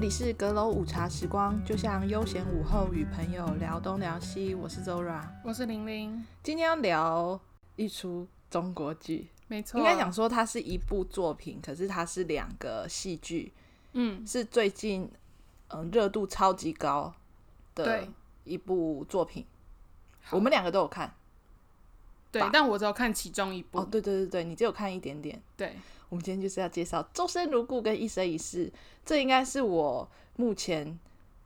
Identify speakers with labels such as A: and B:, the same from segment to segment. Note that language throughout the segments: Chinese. A: 里是阁楼午茶时光，就像悠闲午后与朋友聊东聊西。我是 Zora，
B: 我是玲玲，
A: 今天要聊一出中国剧，
B: 没错，
A: 应该讲说它是一部作品，可是它是两个戏剧，
B: 嗯，
A: 是最近嗯热、度超级高的
B: 对
A: 一部作品。
B: 好
A: 我们两个都有看
B: 对
A: 吧，
B: 但我只有看其中一部，
A: 哦，对对对对，你只有看一点点。
B: 对，
A: 我们今天就是要介绍《周生如故》跟《一生一世》，这应该是我目前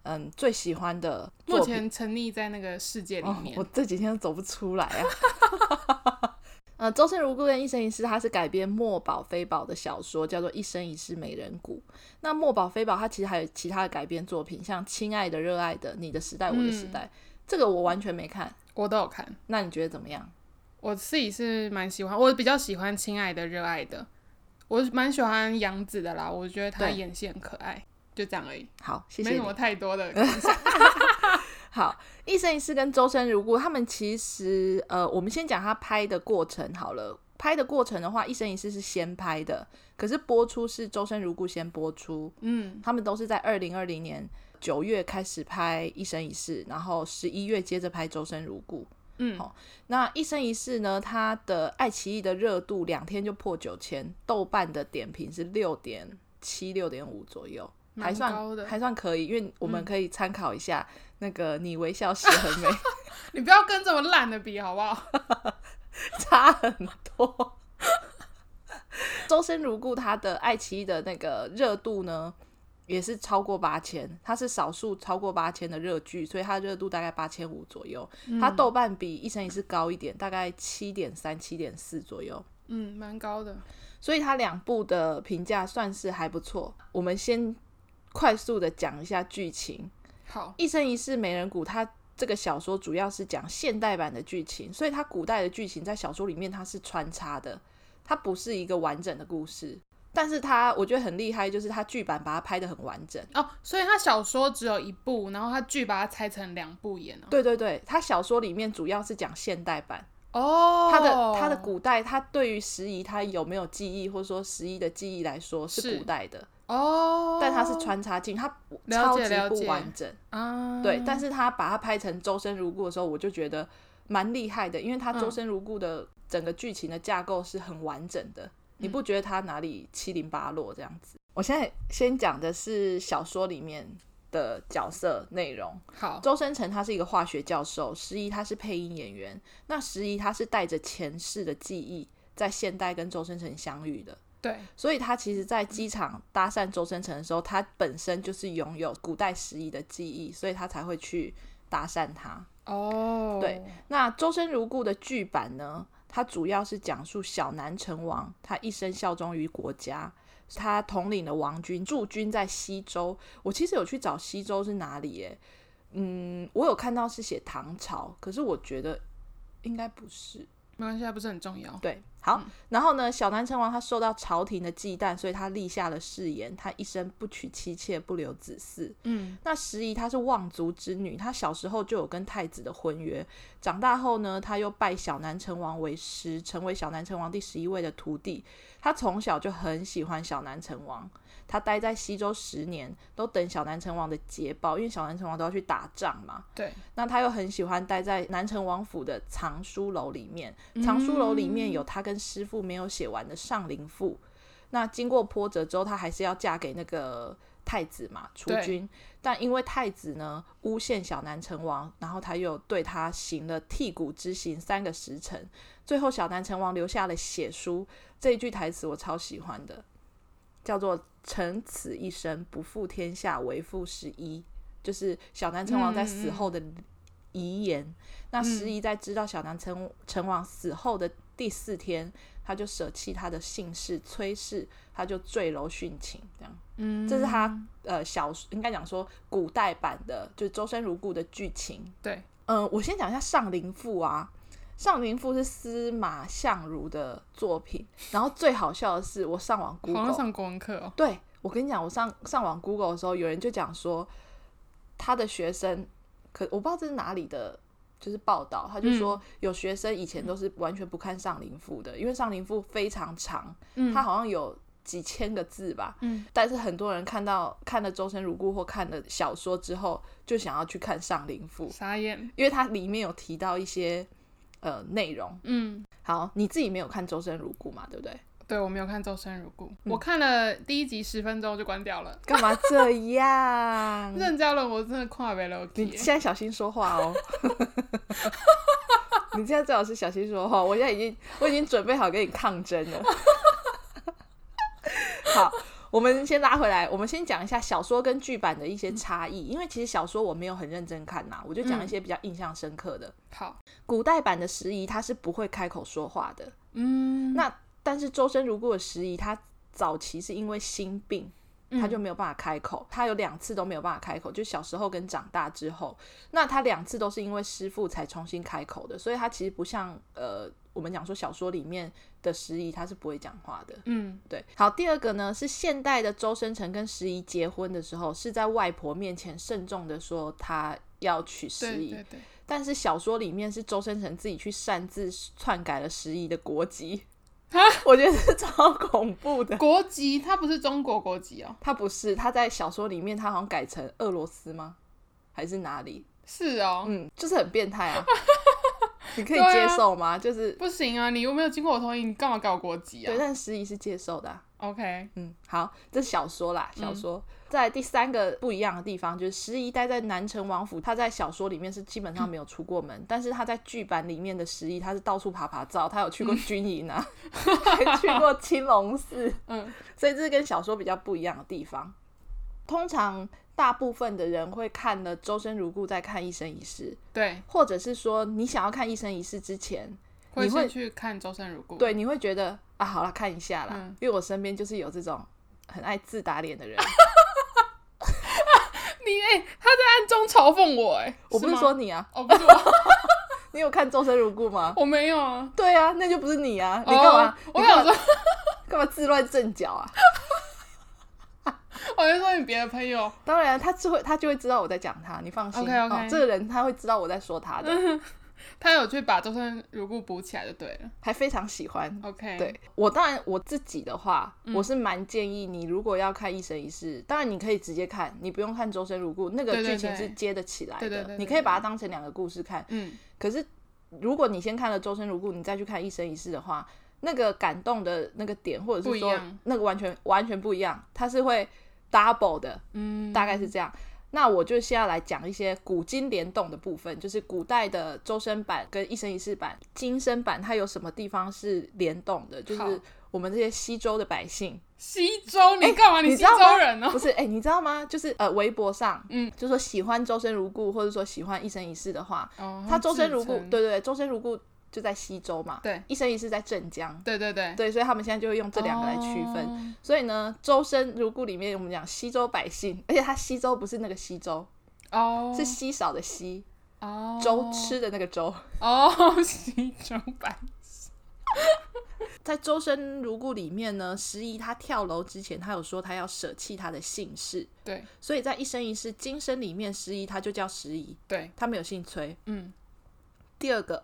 A: 嗯最喜欢的作
B: 目
A: 品。
B: 前沉溺在那个世界里
A: 哦
B: 面，
A: 我这几天都走不出来啊。 呃，《周生如故》跟《一生一世》，它是改编墨宝非宝的小说，叫做《一生一世美人骨》。那墨宝非宝它其实还有其他的改编作品，像《亲爱的、热爱的》、《你的时代、我的时代》这个我完全没看。
B: 我都有看，
A: 那你觉得怎么样？
B: 我自己是蛮喜欢，我比较喜欢《亲爱的热爱的》，我蛮喜欢杨紫的啦，我觉得她
A: 对
B: 演戏很可爱，就这样而已，
A: 好，谢谢
B: 没
A: 你。
B: 什么太多 的
A: 好，《一生一世》跟《周生如故》，他们其实呃，我们先讲他拍的过程好了。拍的过程的话，《一生一世》是先拍的，可是播出是《周生如故》先播出。
B: 嗯，
A: 他们都是在二零二零年九月开始拍《一生一世》，然后十一月接着拍《周生如故》。
B: 嗯
A: 好、那《一生一世》呢，它的爱奇艺的热度两天就破九千，豆瓣的点评是六点七、六点五左右。还
B: 蛮
A: 算
B: 高的。嗯
A: 还算可以，因为我们可以参考一下那个“你微笑时很美
B: 你不要跟这么烂的比好不好？”
A: 差很多。 周生如故，它的爱奇艺的那个热度呢，也是超过八千，它是少数超过八千的热剧，所以它热度大概八千五左右。它豆瓣比《一生一世》高一点，大概七点三、七点四左右。
B: 嗯，蛮高的。
A: 所以它两部的评价算是还不错。我们先快速的讲一下剧情，
B: 好，
A: 一生一世美人骨》它这个小说主要是讲现代版的剧情，所以它古代的剧情在小说里面它是穿插的，它不是一个完整的故事。但是它我觉得很厉害，就是它剧版把它拍得很完整。
B: 哦，所以他小说只有一部，然后他剧把它拆成两部演哦。
A: 对对对，它小说里面主要是讲现代版，
B: 哦，
A: 它的它的古代，它对于时宜它有没有记忆，或者说时宜的记忆来说是
B: 是
A: 古代的，
B: 哦，
A: 但它是穿插进，它不
B: 了
A: 超
B: 解
A: 级
B: 了
A: 不
B: 解
A: 完整。
B: 啊，
A: 对，但是他把它拍成《周生如故》的时候，我就觉得蛮厉害的，因为他《周
B: 嗯
A: 生如故》的整个剧情的架构是很完整的，你不觉得他哪里七零八落这样子？我现在先讲的是小说里面的角色内容。
B: 好，
A: 周生辰他是一个化学教授，十一他是配音演员，那十一他是带着前世的记忆，在现代跟周生辰相遇的。
B: 对，
A: 所以他其实，在机场搭讪周生辰的时候，他本身就是拥有古代时宜的记忆，所以他才会去搭讪他。
B: 哦，
A: 对，那《周生如故》的剧版呢，它主要是讲述小南成王他一生效忠于国家，他统领了王军驻军在西周。我其实有去找西周是哪里耶，嗯，我有看到是写唐朝，可是我觉得应该不是。
B: 没关系，它不是很重要。
A: 对，好，然后呢，小南成王他受到朝廷的忌惮，所以他立下了誓言，他一生不娶妻妾，不留子嗣。
B: 嗯，
A: 那十宜她是望族之女，她小时候就有跟太子的婚约，长大后呢，她又拜小南成王为师，成为小南成王第十一位的徒弟。她从小就很喜欢小南成王，她待在西周十年，都等小南成王的捷报，因为小南成王都要去打仗嘛。
B: 对，
A: 那他又很喜欢待在南城王府的藏书楼里面，藏书楼里面有他跟师傅没有写完的《上林赋》。那经过波折之后，他还是要嫁给那个太子嘛，储
B: 对
A: 君。但因为太子呢诬陷小南成王，然后他又对他行了剔骨之刑三个时辰，最后小南成王留下了血书，这一句台词我超喜欢的，叫做“臣此一生不负天下，为负十一”，就是小南成王在死后的遗言。那十一在知道小南成成王死后的第四天，他就舍弃他的姓氏崔氏，他就坠楼殉情。这样，
B: 嗯，
A: 这是他呃小应该讲说古代版的，就是《周生如故》的剧情。
B: 对，
A: 嗯、我先讲一下《上林赋》啊，《上林赋》是司马相如的作品。然后最好笑的是，我上网
B: 好像
A: Google，
B: 上国文课哦。
A: 对我跟你讲，我上上网 Google 的时候，有人就讲说他的学生，可我不知道这是哪里的。就是报道，他
B: 嗯
A: 就说有学生以前都是完全不看《上林赋》的，因为《上林赋》非常长，
B: 嗯，
A: 它好像有几千个字吧。
B: 嗯，
A: 但是很多人看到看了《周生如故》或看了小说之后，就想要去看《上林赋》，
B: 傻眼，
A: 因为它里面有提到一些呃内容。
B: 嗯，
A: 好，你自己没有看《周生如故》嘛？对不对？
B: 对我没有看《周生如故》
A: 嗯
B: 我看了第一集十分钟就关掉了。
A: 干嘛这 样？
B: 任嘉伦，我真的跨不了
A: 嗯你
B: 去。
A: 现在小心说话哦。 你现在最好是小心说话，我现在已经我已经准备好跟你抗争了。 好，我们先拉回来，我们先讲一下小说跟剧版的一些差异，因为其实小说我没有很认真看呐、我就讲一些比较印象深刻的。
B: 好，
A: 古代版的时宜他是不会开口说话的，
B: 嗯，
A: 那但是周生如故的时宜，他早期是因为心病，
B: 嗯
A: 他就没有办法开口，他有两次都没有办法开口，就小时候跟长大之后，那他两次都是因为师傅才重新开口的，所以他其实不像呃我们讲说小说里面的时宜，他是不会讲话的。
B: 嗯
A: 对，好，第二个呢是现代的周生辰跟时宜结婚的时候，是在外婆面前慎重的说他要娶时
B: 对
A: 宜，
B: 对对，
A: 但是小说里面是周生辰自己去擅自篡改了时宜的国籍
B: 啊，
A: 我觉得是超恐怖的。
B: 国籍他不是中国国籍哦，
A: 他不是他在小说里面，他好像改成俄罗斯吗？还是哪里？
B: 是哦，
A: 嗯，就是很变态啊！你可以
B: 对
A: 接
B: 啊
A: 受吗？就是
B: 不行啊，你又没有经过我同意，你干嘛搞国籍啊
A: 对，但时宜是接受的啊、
B: ？OK，
A: 嗯，好，这是小说啦，小说。在第三个不一样的地方，就是十一待在南城王府，他在小说里面是基本上没有出过门，但是他在剧版里面的十一，他是到处爬爬照，他有去过军营啊， 还去过青龙寺，
B: 嗯
A: 所以这是跟小说比较不一样的地方。通常大部分的人会看了《周生如故》再看《一生一世》，
B: 对，
A: 或者是说你想要看《一生一世》之前，
B: 会
A: 你会
B: 先去看《周生如故》。，
A: 对，你会觉得啊，好了，看一下啦，
B: 嗯
A: 因为我身边就是有这种很爱自打脸的人。
B: 你哎、他在暗中嘲讽我哎、
A: 我不是
B: 是吗
A: 说你啊，
B: 哦，不是我，
A: 你有看《周生如故》吗？
B: 我没有啊。
A: 对啊，那就不是你啊，你干嘛？
B: 哦我
A: 你干
B: 想
A: 嘛
B: 说，
A: 干嘛自乱阵脚啊？
B: 我就说你别的朋友，
A: 当然，他就会他就会知道我在讲他，你放心。
B: OK，OK 嗯
A: 哦，这个人他会知道我在说他的，
B: 他有去把《周生如故》补起来就对了。
A: 还非常喜欢。
B: OK，嗯
A: 对，我当然我自己的话，我是蛮建议你，如果要看《一生一世》，当然你可以直接看，你不用看《周生如故》，那个
B: 对对
A: 剧情
B: 对
A: 是接得起来
B: 对对对
A: 的，
B: 对
A: 你可以把它当成两个故事看。
B: 嗯，
A: 可是如果你先看了《周生如故》，你再去看《一生一世》的话，那个感动的那个点，或者
B: 不
A: 是
B: 一
A: 说
B: 样
A: 那个完全完全不一样，它是会 double 的，
B: 嗯，
A: 大概是这样。那我就现在来讲一些古今联动的部分，就是古代的周生版跟一生一世版、今生版，它有什么地方是联动的？就
B: 好
A: 是我们这些西周的百姓，
B: 西周，你干嘛？
A: 哎你
B: 西
A: 知道吗
B: 周人哦、
A: 不是，哎、你知道吗？就是呃，微博上，
B: 嗯，
A: 就说喜欢周生如故，或者说喜欢一生一世的话，
B: 哦，
A: 他周
B: 自
A: 生如故，
B: 称
A: 对对对，周生如故就在西周嘛，
B: 对
A: 一生一世在镇江，
B: 对对对，
A: 对，所以他们现在就会用这两个来区分。
B: 哦
A: 所以呢，周生如故里面我们讲西周百姓，而且他西周不是那个西周，
B: 哦，
A: 是稀少的稀，
B: 哦
A: 周吃的那个周。
B: 哦， 西周版
A: 在周生如故里面呢，十一他跳楼之前，他有说他要舍弃他的姓氏，
B: 对
A: 所以在一生一世今生里面，十一他就叫十一，
B: 对，
A: 他没有姓崔。
B: 嗯
A: 第二个。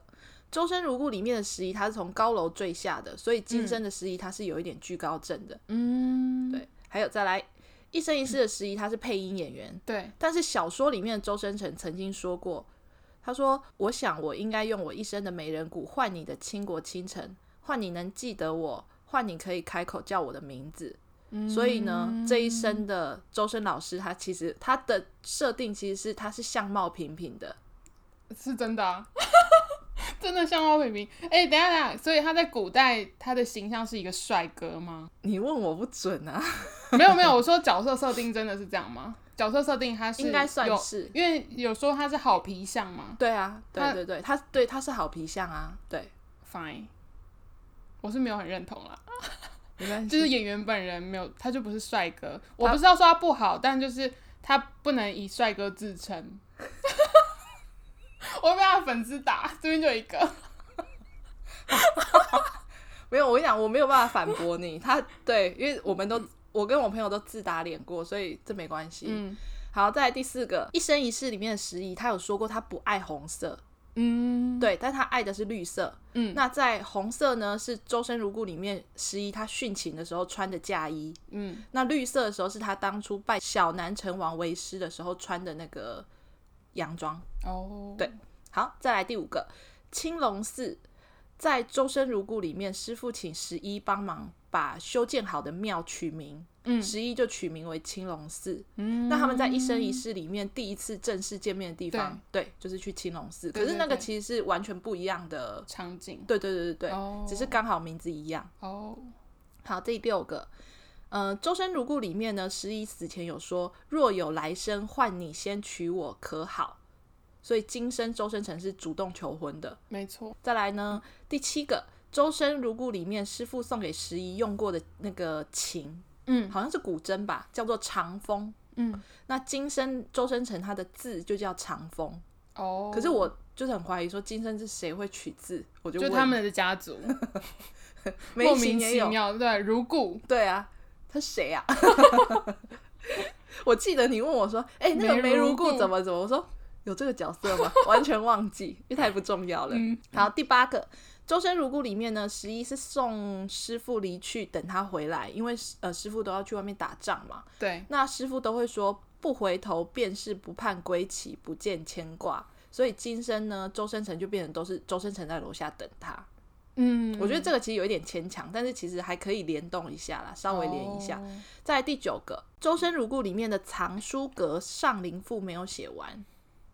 A: 周生如故里面的十一，他是从高楼坠下的，所以今生的十一他是有一点惧高症的。
B: 嗯，
A: 对，还有再来一生一世的十一，他是配音演员，
B: 对
A: 但是小说里面的周生辰曾经说过，他说：“我想我应该用我一生的美人骨换你的倾国倾城，换你能记得我，换你可以开口叫我的名字。
B: 嗯
A: 所以呢，这一生的周生老师，他其实他的设定其实是他是相貌平平的，
B: 是真的、啊。 真的像猫北平，哎、等一下等一下，所以他在古代他的形象是一个帅哥吗？
A: 你问我不准啊，
B: 没有没有，我说角色设定真的是这样吗？角色设定他是
A: 应该算
B: 有，
A: 是。
B: 因为有说他是好皮相嘛
A: 对啊，
B: 他
A: 对对对，他对他是好皮相啊，对，
B: ，fine，我是没有很认同啦，
A: 没关
B: 就
A: 系。
B: 是演员本人没有，他就不是帅哥，我不知道说他不好，但就是他不能以帅哥自称， 我会被他的粉丝打，这边就有一个，
A: 没有，我跟你讲，我没有办法反驳你。 他对，因为我们都，我跟我朋友都自打脸过，所以这没关系。
B: 嗯，
A: 好，再来第四个，《一生一世》里面的十一，他有说过他不爱红色，
B: 嗯，
A: 对，但他爱的是绿色。
B: 嗯
A: 那在红色呢，是《周生如故》里面十一他殉情的时候穿的嫁衣。
B: 嗯，
A: 那绿色的时候是他当初拜小南成王为师的时候穿的那个洋装。
B: 哦，
A: 对，好，再来第五个，青龙寺在《周生如故》里面，师傅请十一帮忙把修建好的庙取名，
B: 嗯
A: 十一就取名为青龙寺。
B: 嗯，
A: 那他们在一生一世里面第一次正式见面的地方，对，就是去青龙寺。
B: 对
A: 可是那个
B: 对对
A: 其实是完全不一样的，
B: 场景，
A: 对对对对对，
B: 哦，
A: 只是刚好名字一样。
B: 哦，
A: 好，第六个，呃，《周生如故》里面呢，十一死前有说：“若有来生，换你先娶我，可好？”所以今生周生辰是主动求婚的。
B: 没错，
A: 再来呢，第七个，《周生如故》里面师傅送给十一用过的那个琴，
B: 嗯
A: 好像是古筝吧，叫做长风。
B: 嗯，
A: 那今生周生辰他的字就叫长风，
B: 哦，
A: 可是我就是很怀疑说今生是谁会取字，我就
B: 就
A: 问
B: 他们的家族
A: 梅
B: 莫
A: 琴
B: 名
A: 也
B: 其
A: 有，
B: 妙，对，如故，
A: 对啊，他谁啊？ 我记得你问我说，哎、那个
B: 梅
A: 梅
B: 如
A: 如故
B: 故
A: 怎么怎么？我说有这个角色吗？ 完全忘记，因为太不重要了。
B: 嗯
A: 好，第八个。周生如故里面呢，十一是送师傅离去，等他回来，因为呃师傅都要去外面打仗嘛。
B: 对，
A: 那师傅都会说不回头便是不盼归期，不见牵挂。所以今生呢，周生辰就变成都是周生辰在楼下等他。
B: 嗯，
A: 我觉得这个其实有一点牵强，但是其实还可以联动一下啦，稍微连一下。
B: 哦
A: 在第九个《周生如故》里面的藏书阁上林赋没有写完，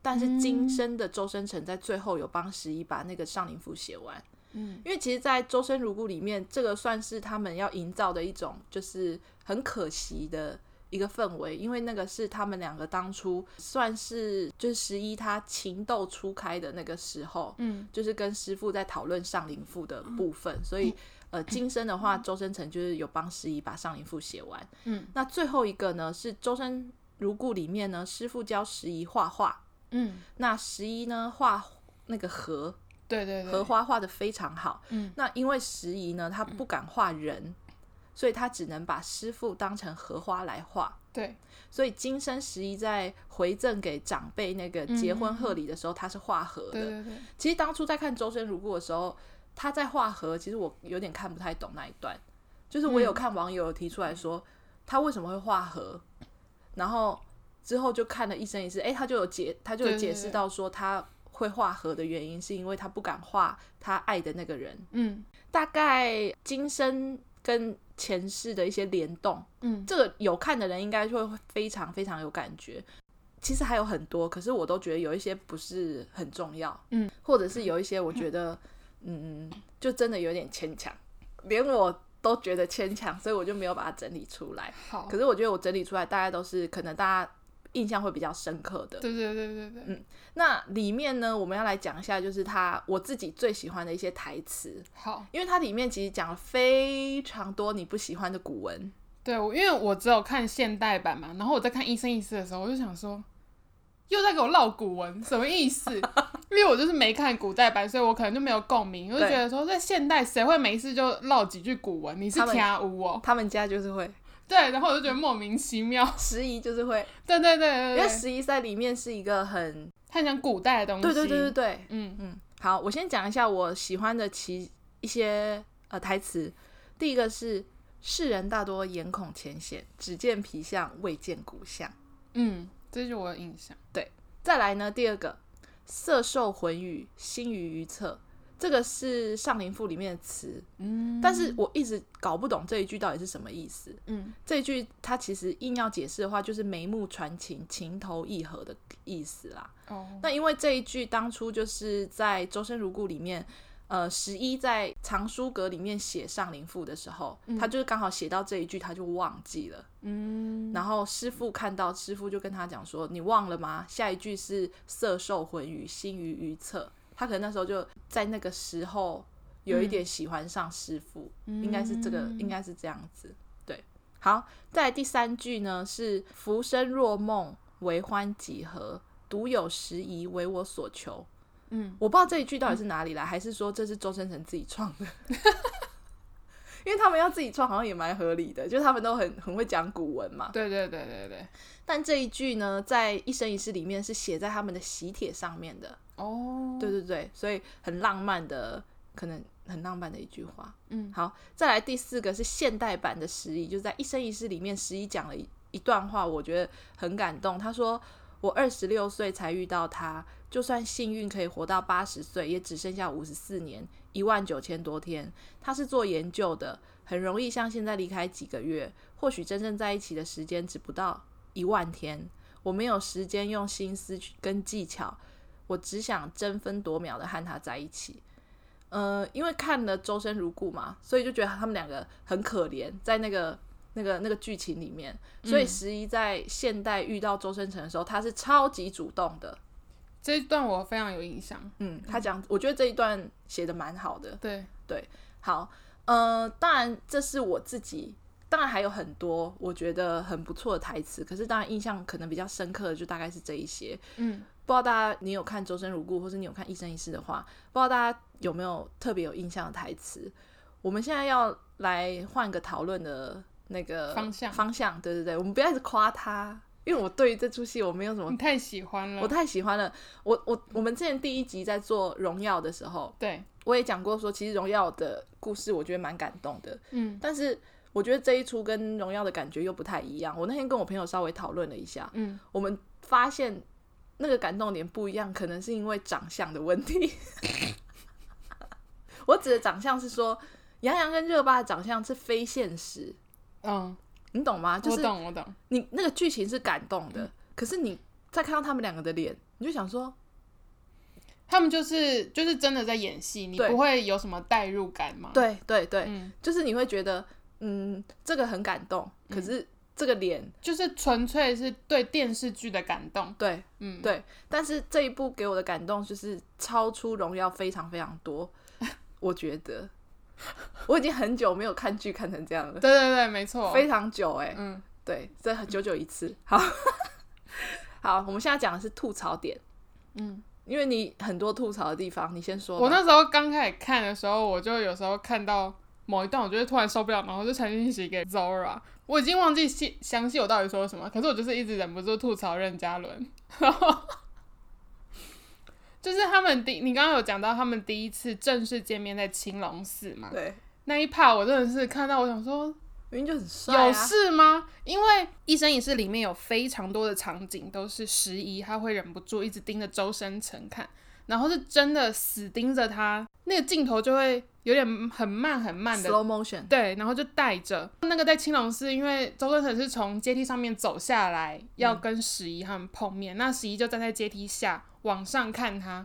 A: 但是
B: 嗯
A: 今生的周生辰在最后有帮十一把那个上林赋写完。
B: 嗯，
A: 因为其实，在《周生如故》里面，这个算是他们要营造的一种就是很可惜的一个氛围，因为那个是他们两个当初算是就是十一他情窦初开的那个时候，
B: 嗯，
A: 就是跟师傅在讨论上林赋的部分，所以呃，今生的话，周生辰就是有帮十一把上林赋写完，
B: 嗯，
A: 那最后一个呢是《周生如故》里面呢，师傅教十一画画，
B: 嗯，
A: 那十一呢画那个荷，
B: 对对对，
A: 荷花画的非常好。
B: 嗯，
A: 那因为时宜呢，他不敢画人，所以他只能把师傅当成荷花来画。
B: 对，
A: 所以今生时宜在回赠给长辈那个结婚
B: 嗯嗯嗯
A: 贺礼的时候，他是画荷
B: 对
A: 的。
B: 对对，
A: 其实当初在看《周生如故》的时候，他在画荷，其实我有点看不太懂那一段。就是我有看网友有提出来说，他为什么会画荷，然后之后就看了一生一世，诶，他就有解，他就有
B: 对对
A: 解
B: 对
A: 释到说他会画荷的原因是因为他不敢画他爱的那个人，
B: 嗯
A: 大概今生跟前世的一些联动，
B: 嗯，
A: 这个有看的人应该就会非常非常有感觉。其实还有很多，可是我都觉得有一些不是很重要，
B: 嗯，
A: 或者是有一些我觉得，嗯，就真的有点牵强，连我都觉得牵强，所以我就没有把它整理出来。
B: 好，
A: 可是我觉得我整理出来，大家都是可能大家印象会比较深刻的。
B: 对对对对对，
A: 那里面呢，我们要来讲一下，就是他我自己最喜欢的一些台词，
B: 好，
A: 因为它里面其实讲了非常多你不喜欢的古文，
B: 对，我因为我只有看现代版嘛，然后我在看《一生一世》的时候，我就想说，又在给我唠古文，什么意思？ 因为我就是没看古代版，所以我可能就没有共鸣。我就
A: 对
B: 觉得说，在现代谁会没事就唠几句古文？你是
A: 他们
B: 天乌哦？
A: 他们家就是会
B: 对，然后我就觉得莫名其妙。
A: 十一就是会，
B: 对对对
A: 因为
B: 对对，
A: 十一在里面是一个很
B: 他讲古代的东西。
A: 对对对对对，
B: 嗯
A: 嗯，好，我先讲一下我喜欢的其一些呃台词，第一个是世人大多眼孔浅显，只见皮相未见骨相。
B: 嗯，这是我的印象。
A: 再来呢，第二个色受魂语，心于愚策。这个是《上林赋》里面的词，
B: 嗯
A: 但是我一直搞不懂这一句到底是什么意思。
B: 嗯
A: 这一句它其实硬要解释的话，就是眉目传情，情投意合的意思啦。
B: 哦，
A: 那因为这一句当初就是在《周生如故》里面，呃，十一在藏书阁里面写《上林赋》的时候，他就是刚好写到这一句，他就忘记了。
B: 嗯
A: 然后师傅看到，师傅就跟他讲说：“你忘了吗？下一句是色受魂语，心于愚策。”他可能那时候就在那个时候有一点喜欢上师傅，应该是这个，
B: 嗯
A: 应该是这样子。对，好，再来第三句呢是“浮生若梦，为欢几何？独有时宜，为我所求。”
B: 嗯，
A: 我不知道这一句到底是哪里来，还是说这是周生辰自己创的？ 因为他们要自己创，好像也蛮合理的，就是他们都很很会讲古文嘛。
B: 对对对对对，
A: 但这一句呢，在《一生一世》里面是写在他们的喜帖上面的。
B: 哦，
A: 对，对对，所以很浪漫的，可能很浪漫的一句话。
B: 嗯，
A: 好，再来第四个是现代版的十一，就是在《一生一世》里面，十一讲了一一段话，我觉得很感动。他说：“我二十六岁才遇到他，就算幸运可以活到八十岁，也只剩下五十四年，一万九千多天。他是做研究的，很容易像现在离开几个月，或许真正在一起的时间只不到一万天。我没有时间用心思去跟技巧，我只想争分夺秒的和他在一起。”呃，因为看了《周生如故》嘛，所以就觉得他们两个很可怜，在那个那个那个剧情里面。所以十一在现代遇到周生辰的时候，他是超级主动的。
B: 这一段我非常有印象。
A: 嗯，他讲，我觉得这一段写的蛮好的。
B: 对，
A: 好，呃，当然这是我自己，当然还有很多我觉得很不错的台词，可是当然印象可能比较深刻的就大概是这一些。
B: 嗯，
A: 不知道大家你有看《周生如故》或是你有看《一生一世》的话，不知道大家有没有特别有印象的台词？我们现在要来换个讨论的那个
B: 方向
A: 方向，对对对，我们不要一直夸他，因为我对于这出戏我没有什么
B: 嗯你，太喜欢
A: 我
B: 了。
A: 太喜欢了。我我我们之前第一集在做《荣耀》的时候，
B: 对，
A: 我也讲过说，其实《荣耀》的故事我觉得蛮感动的，
B: 嗯
A: 但是我觉得这一出跟《荣耀》的感觉又不太一样。我那天跟我朋友稍微讨论了一下，
B: 嗯，
A: 我们发现那个感动点不一样，可能是因为长相的问题。 我指的长相是说，杨洋跟热巴的长相是非现实，
B: 嗯，
A: 你懂吗？就
B: 我
A: 是
B: 懂嗯我懂。
A: 你那个剧情是感动的，可是你再看到他们两个的脸，你就想说，
B: 他们就是就是真的在演戏，你
A: 对
B: 不会有什么代入感吗？，
A: 对对对，
B: 嗯，
A: 就是你会觉得，嗯，这个很感动，可
B: 嗯
A: 是这个脸，
B: 就是纯粹是对电视剧的感动。
A: 对，
B: 嗯，
A: 对，但是这一部给我的感动就是超出《荣耀》非常非常多， 我觉得我已经很久没有看剧看成这样了
B: 对，对对，没错。
A: 非常久哎、
B: 嗯，
A: 对，这很久久一次。好， 好，我们现在讲的是吐槽点，
B: 嗯，
A: 因为你很多吐槽的地方，你先说吧。
B: 我那时候刚开始看的时候，我就有时候看到某一段，我就会突然受不了，然后就传讯息给 Zora。我已经忘记细详细我到底说了什么，可是我就是一直忍不住吐槽任嘉伦。然后 就是他们第，你刚刚有讲到他们第一次正式见面在青龙寺嘛？
A: 对，
B: 那一 part 我真的是看到，我想说
A: 明明就很帅、啊，
B: 有事吗？因为《一生一世》里面有非常多的场景都是十一，他会忍不住一直盯着周深成看，然后是真的死盯着他，那个镜头就会有点很慢很慢的。
A: slow motion，
B: 对，然后就带着那个在青龙寺，因为周深成是从阶梯上面走下来，要跟十一他们碰面，那十一就站在阶梯下往上看他，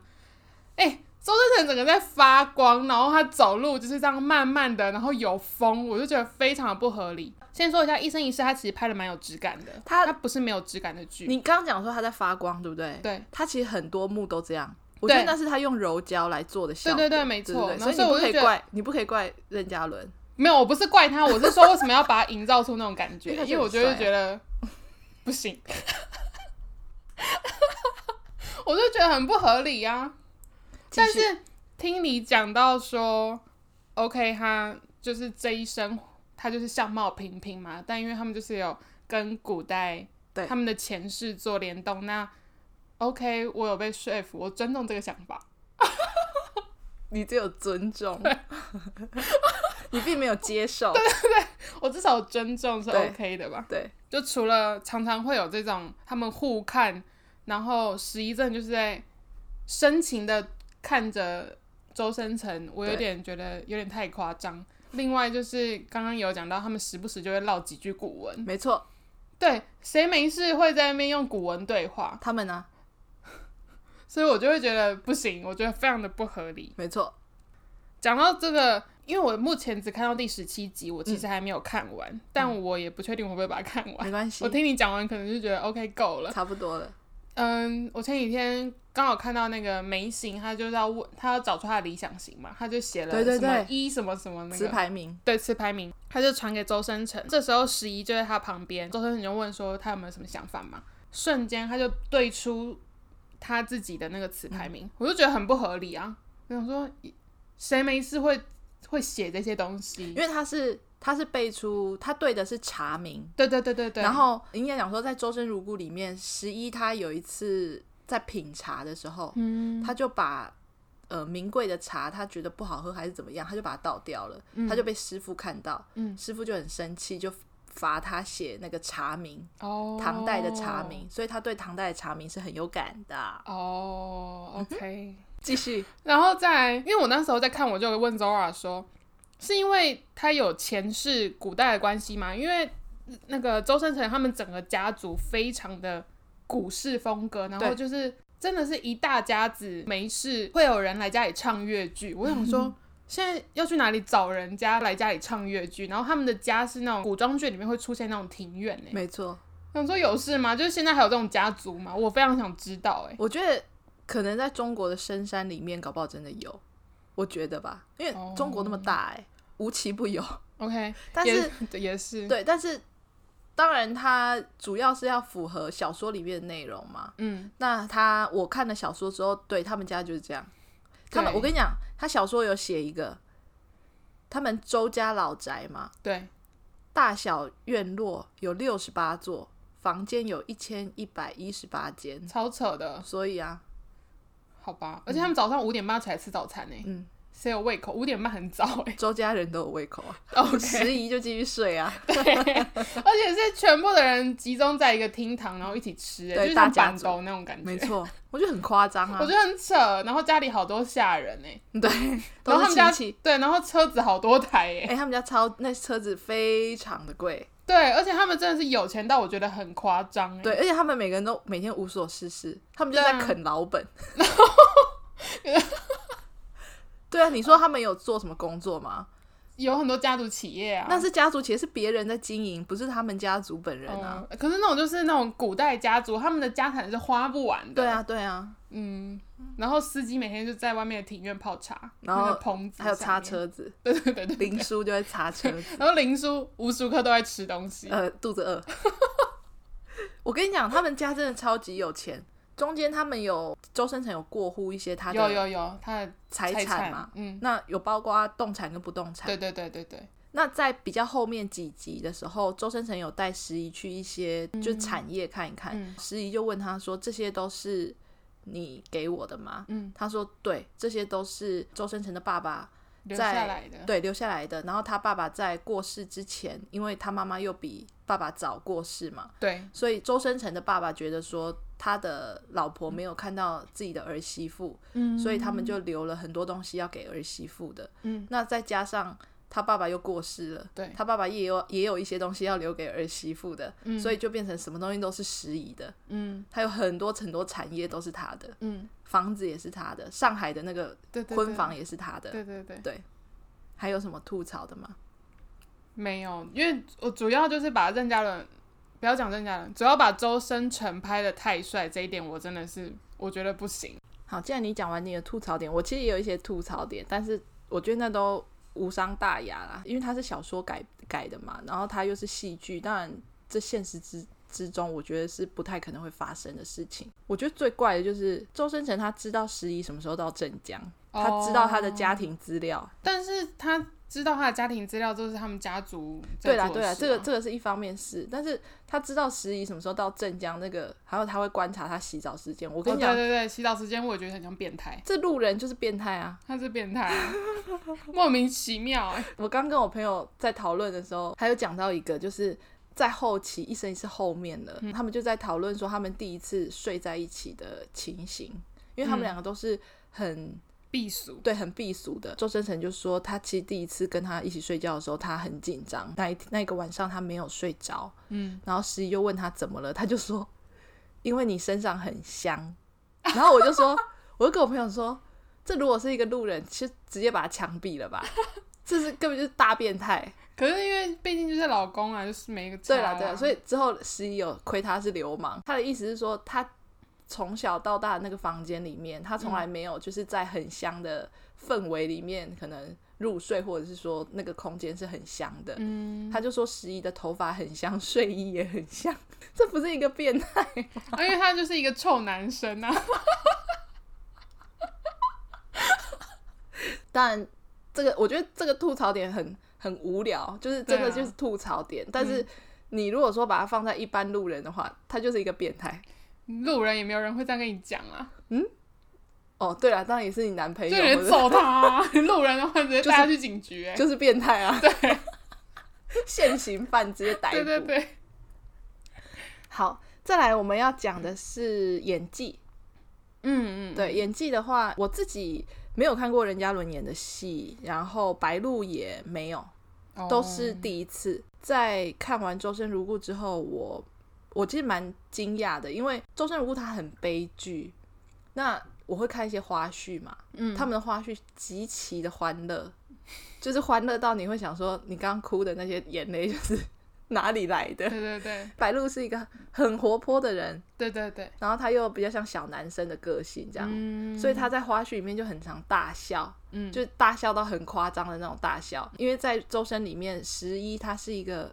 B: 哎、周深成整个在发光，然后他走路就是这样慢慢的，然后有风，我就觉得非常的不合理。先说一下《一生一世》，他其实拍的蛮有质感的，
A: 他
B: 他不是没有质感的剧，
A: 你刚刚讲说他在发光，对不对？
B: 对，
A: 他其实很多幕都这样。我觉得
B: 对
A: 那是他用柔焦来做的效果，
B: 对对对没错
A: 对所以
B: 然后
A: 你
B: 所以
A: 不
B: 我就
A: 可以
B: 觉得
A: 怪你不可以怪任嘉伦，
B: 没有，我不是怪他，我是说为什么要把它营造出那种 感
A: 因
B: 觉？
A: 为他
B: 因为我就
A: 觉得
B: 会
A: 很帅啊
B: 觉得不行， 我就觉得很不合理啊。
A: 继
B: 但
A: 续
B: 是听你讲到说，OK，他就是这一生他就是相貌平平嘛，但因为他们就是有跟古代
A: 对
B: 他们的前世做联动，那 OK，我有被说服，我尊重这个想法。
A: 你只有尊重， 你并没有接受。
B: 我至少尊重是
A: 对
B: OK 的吧？
A: 对，
B: 就除了常常会有这种他们互看，然后十一正就是在深情的看着周深成，我有
A: 对
B: 点觉得有点太夸张。另外就是刚刚有讲到，他们时不时就会唠几句古文，
A: 没错，
B: 对，谁没事会在那边用古文对话，
A: 他们呢？
B: 所以我就会觉得不行，我觉得非常的不合理。
A: 没错，
B: 讲到这个，因为我目前只看到第十七集，我其实还没有看完，但我也不确定我会不会把它看完。
A: 没关系
B: 我，听你讲完，可能就觉得 OK 够了。
A: 差不多了。
B: 嗯，我前几天刚好看到那个眉形，他就是要问他要找出他的理想型嘛，他就写了
A: 对对
B: 什么
A: 对
B: 一什么什么那
A: 词
B: 个，
A: 牌名，
B: 对，词牌名，他就传给周深成。这时候十一就在他旁边，周深成就问说他有没有什么想法嘛？瞬间他就对出他自己的那个词牌名，我就觉得很不合理啊！我想说，谁没事会会写这些东西
A: 因。为他是他是背出他对的是查明，
B: 对对对对对。
A: 然后应该讲说在《周生如故》里面，十一他有一次在品茶的时候，
B: 嗯，
A: 他就把呃名贵的茶他觉得不好喝还是怎么样，他就把它倒掉了，他就被师傅看到，
B: 嗯
A: 师傅就很生气，就罚他写那个茶名，
B: 哦，
A: 唐代的茶名，所以他对唐代的茶名是很有感的。
B: 哦，OK。
A: 嗯继续，
B: 然后再来，因为我那时候在看，我就问 Zora 说，是因为他有前世古代的关系吗？因为那个周生辰他们整个家族非常的古式风格，然后
A: 对
B: 就是真的是一大家子没事会有人来家里唱越剧。我想说。
A: 嗯
B: 现在要去哪里找人家来家里唱越剧？然后他们的家是那种古装剧里面会出现那种庭院 呢、
A: 没错，
B: 想说有事吗？就是现在还有这种家族吗？我非常想知道哎、
A: 我觉得可能在中国的深山里面，搞不好真的有，我觉得吧，因
B: 哦
A: 为中国那么大、哎、无奇不有。
B: OK，
A: 但
B: 也
A: 是
B: 对也是
A: 对，但是当然它主要是要符合小说里面的内容嘛。
B: 嗯，
A: 那他我看了小说之后，对他们家就是这样。他们
B: 对
A: 我跟你讲，他小说有写一个，他们周家老宅嘛，
B: 对。
A: 大小院落有六十八座，房间有一千一百一十八间，
B: 超扯的，
A: 所以啊，
B: 好吧。而且他们早上五点半起来吃早餐呢、
A: 嗯，
B: 谁有胃口？五点半很早哎、
A: 周家人都有胃口啊，
B: OK，
A: 时宜就继续睡啊，
B: 而且是全部的人集中在一个厅堂，然后一起吃、欸，
A: 对
B: 就是像
A: 大家
B: 板豆那种感
A: 没
B: 觉。
A: 错，我觉得很夸张啊
B: 我觉，得很扯，然后家里好多下人哎、
A: 对，
B: 然
A: 都
B: 后他
A: 是
B: 们家
A: 亲戚。
B: 对，然后车子好多台哎、
A: 哎、他们家超那车子非常的贵，
B: 对，而且他们真的是有钱到我觉得很夸张哎，
A: 对，而且他们每个人都每天无所事事，他们就在
B: 对啊
A: 啃老本。对啊，你说他们有做什么工作吗？
B: 有很多家族企业啊，
A: 那是家族企业，是别人在经营，不是他们家族本人啊。
B: 嗯可是那种就是那种古代家族，他们的家产是花不完的，
A: 对，啊，对啊，
B: 嗯，然后司机每天就在外面的庭院泡茶，
A: 然后
B: 那个棚子
A: 还有
B: 上
A: 擦
B: 面，
A: 车子，
B: 对对对对，
A: 林叔就会擦车子，
B: 然后林叔无时无刻都在吃东西，
A: 呃，肚子饿。 我跟你讲，他们家真的超级有钱。中间他们有周生辰有过户一些他
B: 有
A: 的
B: 有有，他的
A: 财产
B: 产
A: 嘛，，
B: 嗯，
A: 那有包括动产跟不动产。
B: 对对对对对，
A: 那在比较后面几集的时候，周生辰有带十一去一些就是产业看一看，
B: 嗯
A: 十一就问他说：“这些都是你给我的吗？”
B: 嗯，
A: 他说：“对，这些都是周生辰的爸爸
B: 留
A: 在
B: 下来的，
A: 对留下来的。然后他爸爸在过世之前，因为他妈妈又比爸爸早过世嘛，
B: 对
A: 所以周生辰的爸爸觉得说他的老婆没有看到自己的儿媳妇，
B: 嗯
A: 所以他们就留了很多东西要给儿媳妇的。
B: 嗯，
A: 那再加上他爸爸又过世了，
B: 对
A: 他爸爸也有也有一些东西要留给儿媳妇的，
B: 嗯
A: 所以就变成什么东西都是拾遗的。
B: 嗯
A: 他有很多很多产业都是他的，
B: 嗯，
A: 房子也是他的，上海的那个
B: 对对
A: 婚，房也是他的。
B: 对对对，
A: 还有什么吐槽的吗？
B: 没有，因为我主要就是把任嘉伦，不要讲任嘉伦，主要把周深成拍的太帅这一点，我真的是我觉得不行，
A: 好，既然你讲完你的吐槽点，我其实也有一些吐槽点，但是我觉得那都无伤大雅啦，因为它是小说改改的嘛，然后它又是戏剧，当然这现实之之中，我觉得是不太可能会发生的事情。我觉得最怪的就是周生辰，他知道十一什么时候到镇江，
B: 哦
A: 他知道他的家庭资料，
B: 但是他知道他的家庭资料都是他们家族在
A: 对啦，
B: 做
A: 对啦，
B: 事
A: 这个
B: 啊
A: 这个是一方面是，但是他知道时宜什么时候到镇江那个，还有他会观察他洗澡时间。我跟
B: 哦
A: 你讲，
B: 对对对，洗澡时间我也觉得很像变态。
A: 这路人就是变态啊！
B: 他是变态啊、莫名其妙哎、
A: 我刚跟我朋友在讨论的时候，还有讲到一个，就是在后期一生一世后面了，他们就在讨论说他们第一次睡在一起的情形，因为他们
B: 嗯
A: 两个都是很、
B: 避暑。
A: 对很避俗的。周深成就说，他其实第一次跟他一起睡觉的时候，他很紧张，那一那一个晚上他没有睡着，
B: 嗯，
A: 然后十一就问他怎么了，他就说 因为你身上很香。然后我就说， 我就跟我朋友说，这如果是一个路人，其实直接把他枪毙了吧， 这是根本就是大变态。
B: 可是因为毕竟就是老公啊，就是每一个
A: 对了对了，所
B: 以
A: 以之后十一有亏他是流氓，他的意思是说他从小到大那个房间里面，他从来没有就是在很香的氛围里面可能入睡，或者是说那个空间是很香的。
B: 嗯，
A: 他就说十一的头发很香，睡衣也很香， 这不是一个变态。
B: 啊因为他就是一个臭男生啊，
A: 当然，这个我觉得这个吐槽点很很无聊，就是真的
B: 对啊
A: 就是吐槽点。但
B: 嗯
A: 是你如果说把它放在一般路人的话，他就是一个变态。
B: 路人也没有人会这样跟你讲啊，
A: 哦，对了，当然也哎是你男朋
B: 就
A: 友，
B: 有
A: 或
B: 人
A: 者
B: 揍他、啊，路人的话直接带他去警局、欸，
A: 就是变态啊，对， 现行犯直接逮捕。
B: 对对对，
A: 好，再来我们要讲的是演技。
B: 嗯嗯，
A: 对演技的话，我自己没有看过任嘉伦演的戏，然后白鹿也没有，
B: 哦
A: 都是第一次。在看完《周生如故》之后，我我其实蛮惊讶的，因为《周生如故》它很悲剧，那我会看一些花絮嘛，
B: 嗯
A: 他们的花絮极其的欢乐，就是欢乐到你会想说，你刚刚哭的那些眼泪就是 哪里来的？
B: 对对对
A: 白鹿是一个很活泼的人，
B: 对对对，
A: 然后他又比较像小男生的个性这样，
B: 嗯，
A: 所以他在花絮里面就很常大笑，
B: 嗯
A: 就大笑到很夸张的那种大笑。因为在周深里面，十一她是一个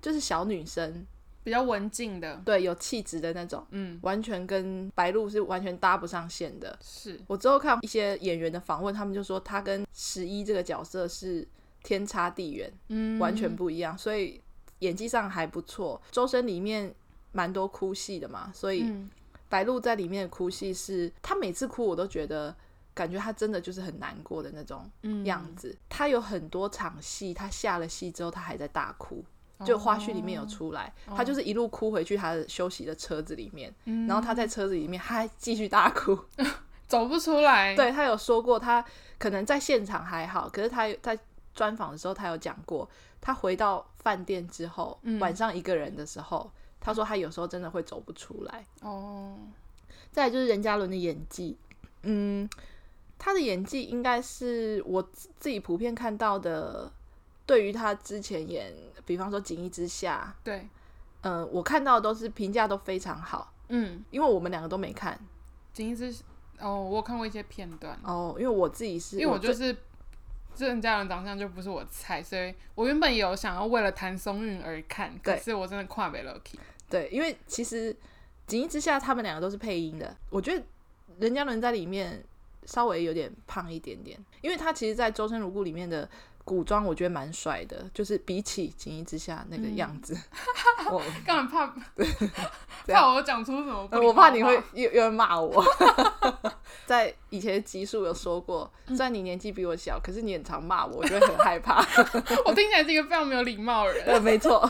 A: 就是小女生，
B: 比较文静的，
A: 对，有气质的那种，
B: 嗯，
A: 完全跟白鹿是完全搭不上线的。
B: 是
A: 我之后看一些演员的访问，他们就说他跟十一这个角色是天差地远，
B: 嗯
A: 完全不一样，所以演技上还不错。周深里面蛮多哭戏的嘛，所以、
B: 嗯
A: 白鹿在里面的哭戏是，她每次哭我都觉得，感觉她真的就是很难过的那种
B: 嗯
A: 样子。她有很多场戏，她下了戏之后，她还在大哭，
B: 哦
A: 就花絮里面有出来，她就是一路哭回去她的休息的车子里面，
B: 嗯
A: 然后她在车子里面她还继续大 哭。
B: 走不出来，
A: 对她有说过，她可能在现场还好，可是她在专访的时候，她有讲过，她回到饭店之后，
B: 嗯
A: 晚上一个人的时候，她说她有时候真的会走不出来。
B: 哦，
A: 再来就是任嘉伦的演技，嗯，他的演技应该是我自自己普遍看到的，对于他之前演，比方说《锦衣之下》，
B: 对，
A: 嗯，我看到的都是评价都非常好，
B: 嗯，
A: 因为我们两个都没看
B: 锦衣之哦，我有看过一些片段，
A: 哦，因为我自己是，
B: 因为我
A: 最
B: 就是郑嘉伦长相就不是我菜，所以我原本有想要为了谭松韵而看，可
A: 对
B: 是我真的跨北 Loki，
A: 对，因为其实《锦衣之下》他们两个都是配音的，我觉得任嘉伦在里面稍微有点胖一点点，因为他其实，在《周生如故》里面的古装我觉得蛮帅的，就是比起《锦衣之下》那个样子，我
B: 干嘛怕
A: 这样
B: 怕我讲出什么不
A: 呃
B: 礼貌
A: 我怕你会
B: 话
A: 又又会骂我。在以前的集数有说过，虽然你年纪比我小，可是你很常骂我，我就会很害怕。
B: 我听起来是一个非常没有礼貌的人，
A: 呃，没错。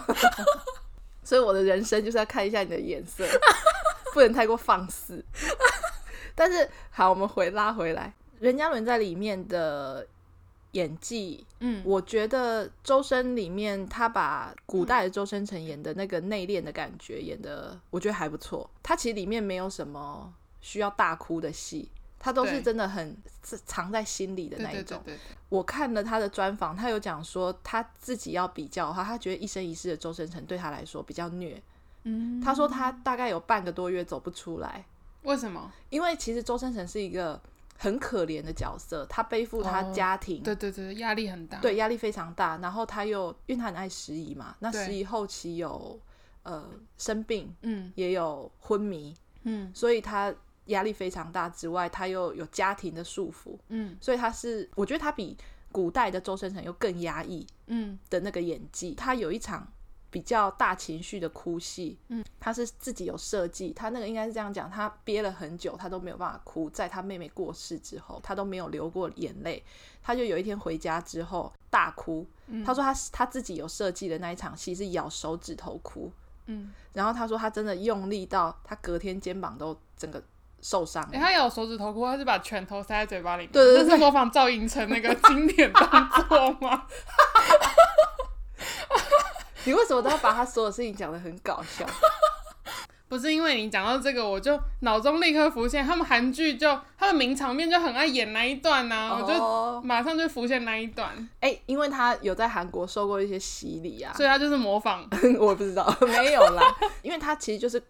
A: 所以我的人生就是要看一下你的眼色，不能太过放肆。 但是好，我们回拉回来，任嘉伦在里面的演技，
B: 嗯
A: 我觉得周深里面他把古代的周深成演的那个内敛的感觉演的，我觉得还不错。他其实里面没有什么需要大哭的戏，他都是
B: 对
A: 真的很是藏在心里的
B: 对
A: 那一
B: 对
A: 种嗯
B: 对。对，
A: 我看了他的专访，他有讲说他自己要比较的话，他觉得一生一世的周生辰对他来说比较虐。
B: 嗯，
A: 他说他大概有半个多月走不出来，
B: 为什么？
A: 因为其实周生辰是一个很可怜的角色，他背负他
B: 哦
A: 家庭，
B: 对对对，压力很大，
A: 对压力非常大，然后他又因为他很爱时宜嘛，那
B: 对
A: 时宜后期有呃生病，
B: 嗯
A: 也有昏迷，
B: 嗯
A: 所以他压力非常大之外，他又有家庭的束缚，
B: 嗯
A: 所以他是我觉得他比古代的周生辰又更压抑。
B: 嗯
A: 的那个演技，他有一场比较大情绪的哭戏，嗯，他是自己有设计，他那个应该是这样讲，他憋了很久，他都没有办法哭，在他妹妹过世之后，他都没有流过眼泪，他就有一天回家之后大哭，
B: 嗯
A: 他说他他自己有设计的那一场戏是咬手指头哭，
B: 嗯，
A: 然后他说他真的用力到他隔天肩膀都整个受伤了
B: 哎、，他有手指头哭，他是把拳头塞在嘴巴里面，
A: 嗯对对对
B: 这是模仿赵寅成那个经典动作吗？
A: 你为什么都要把他所有事情讲得很搞笑？
B: 不是因为你讲到这个，我就脑中立刻浮现，他们韩剧就他们名场面就很爱演那一段呐、 我就
A: 哦
B: 马上就浮现那一段，
A: 哎、因为他有在韩国受过一些洗礼啊，
B: 所以他就是模仿，
A: 我也不知道，没有啦，因为他其实就是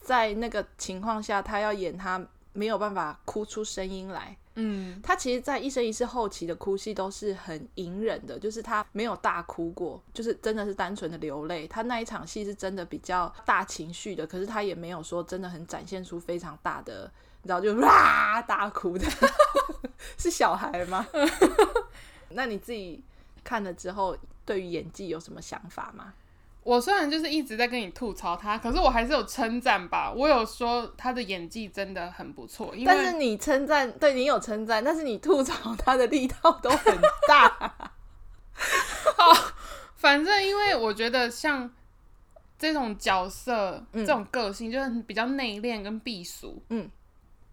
A: 在那个情况下，他要演他没有办法哭出声音来。
B: 嗯
A: 他其实，在一生一世后期的哭戏都是很隐忍的，就是他没有大哭过，就是真的是单纯的流泪。他那一场戏是真的比较大情绪的，可是他也没有说真的很展现出非常大的， 啊你知道就哇大哭的，是小孩吗？ 那你自己看了之后，对于演技有什么想法吗？
B: 我虽然就是一直在跟你吐槽他，可是我还是有称赞吧。我有说他的演技真的很不错，因为
A: 但是你称赞，对你有称赞，但是你吐槽他的力道都很 大。
B: 反正因为我觉得像这种角色、这种个性，就是比较内敛跟避俗，
A: 嗯，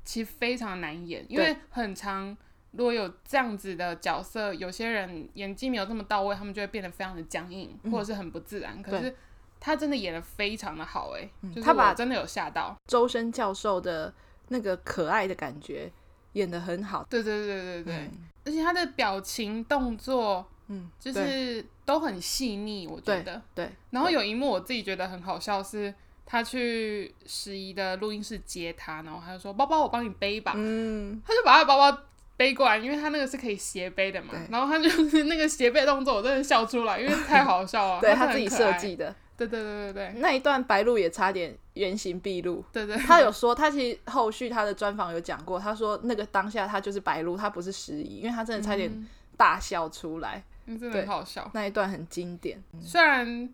B: 其实非常难演，因为很常如果有这样子的角色，有些人演技没有这么到位，他们就会变得非常的僵硬，
A: 嗯
B: 或者是很不自然。可是他真的演的非常的好、欸，哎、就是
A: 嗯他把
B: 我真的有吓到。
A: 周深教授的那个可爱的感觉演得很好，
B: 对对对对对，而且他的表情动作
A: 嗯，
B: 就
A: 对
B: 是都很细腻，我觉得。
A: 对，
B: 然后有一幕我自己觉得很好笑是。他去十一的录音室接他，然后他就说：“包包，我帮你背吧。
A: 嗯，
B: 他就把他的包包背过来，因为他那个是可以斜背的嘛
A: 对。
B: 然后他就是那个斜背动作，我真的笑出来，因为太好笑了。
A: 对
B: 他
A: 他自己
B: 真的
A: 设
B: 很可爱。
A: 计的
B: 对对对对对
A: 那一段，白鹿也差点原形毕露。
B: 对对。
A: 他有说，他其实后续他的专访有讲过，他说那个当下他就是白鹿，他不是失忆，因为他真的差点大笑出来，
B: 嗯真的
A: 对
B: 很好笑。
A: 那一段很经典。
B: 虽然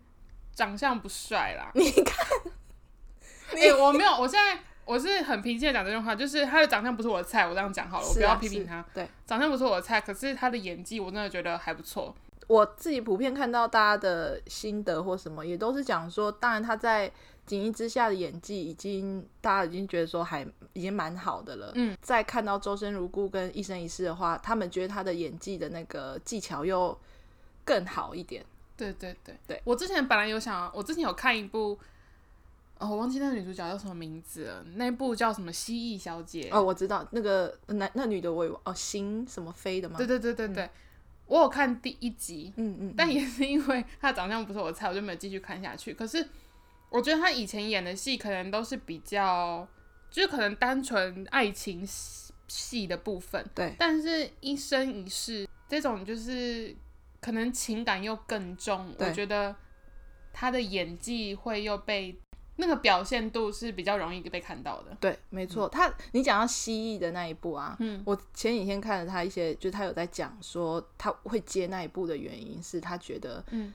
B: 长相不帅啦，
A: 你看，
B: 哎、我没有，我现在我是很平静的讲这句话，就是他的长相不是我的菜，我这样讲好了，我
A: 是
B: 不
A: 啊
B: 要批评他。
A: 是对
B: 长相不是我的菜，可是他的演技我真的觉得还不错。
A: 我自己普遍看到大家的心得或什么，也都是讲说，当然他在《锦衣之下》的演技已经大家已经觉得说还已经蛮好的了。
B: 嗯，
A: 再看到《周生如故》跟《一生一世》的话，他们觉得他的演技的那个技巧又更好一点。
B: 对对对
A: 对，
B: 我之前本来有想，我之前有看一部。哦，我忘记那个女主角叫什么名字了。那部叫什么《蜥蜴小姐》
A: 哦，我知道那个男那女的我也忘哦，邢什么飞的吗？
B: 对对对对对，我有看第一集，
A: 嗯嗯，
B: 但也是因为她长相不是我的菜，我就没有继续看下去。可是我觉得她以前演的戏可能都是比较，就是可能单纯爱情戏戏的部分，
A: 对，
B: 但是一生一世这种就是可能情感又更重，
A: 对
B: 我觉得她的演技会又被那个表现度是比较容易被看到的。
A: 对，没
B: 嗯
A: 错。他你讲到蜥蜴的那一部啊，嗯，我前几天看了他一些，就是他有在讲说他会接那一部的原因是他觉得，
B: 嗯，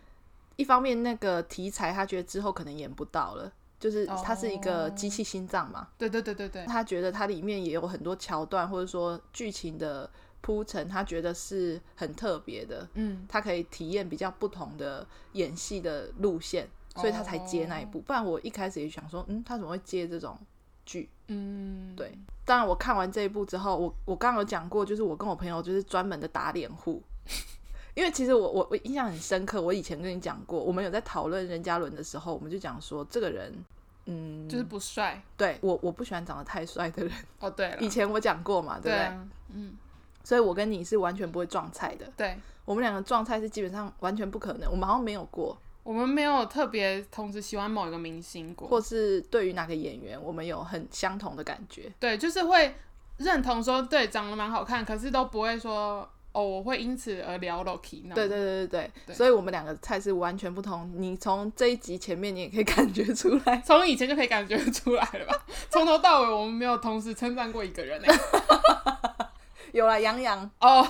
A: 一方面那个题材他觉得之后可能演不到了。就是
B: 哦
A: 它是一个机器心脏嘛，
B: 对对对对对，
A: 他觉得它里面也有很多桥段，或者说剧情的铺陈，他觉得是很特别的，
B: 嗯，
A: 他可以体验比较不同的演戏的路线，所以他才接那一部。不然我一开始也想说，嗯，他怎么会接这种剧？
B: 嗯，
A: 对当然，我看完这一部之后，我我刚刚有讲过，就是我跟我朋友就是专门的打脸户， 因为其实我我我印象很深刻，我以前跟你讲过，我们有在讨论任嘉伦的时候，我们就讲说这个人，嗯，
B: 就是不帅。
A: 对我我不喜欢长得太帅的人，
B: 哦，对了
A: 以，前我讲过嘛，对不
B: 对
A: 对？
B: 啊，嗯，
A: 所以我跟你是完全不会撞菜的，
B: 对，
A: 我们两个撞菜是基本上完全不可能，我们好像没有过，
B: 我们没有特别同时喜欢某一个明星过，
A: 或是对于哪个演员，我们有很相同的感觉。
B: 对，就是会认同说对长得蛮好看，可是都不会说哦，我会因此而聊 Loki 那种
A: 对对对对
B: 对
A: 对，所以我们两个菜是完全不同。你从这一集前面，你也可以 感觉出来，
B: 从以前就可以感觉出来了吧？ 从头到尾我们没有同时称赞过一个 人、欸、
A: 有了杨洋，
B: 哦，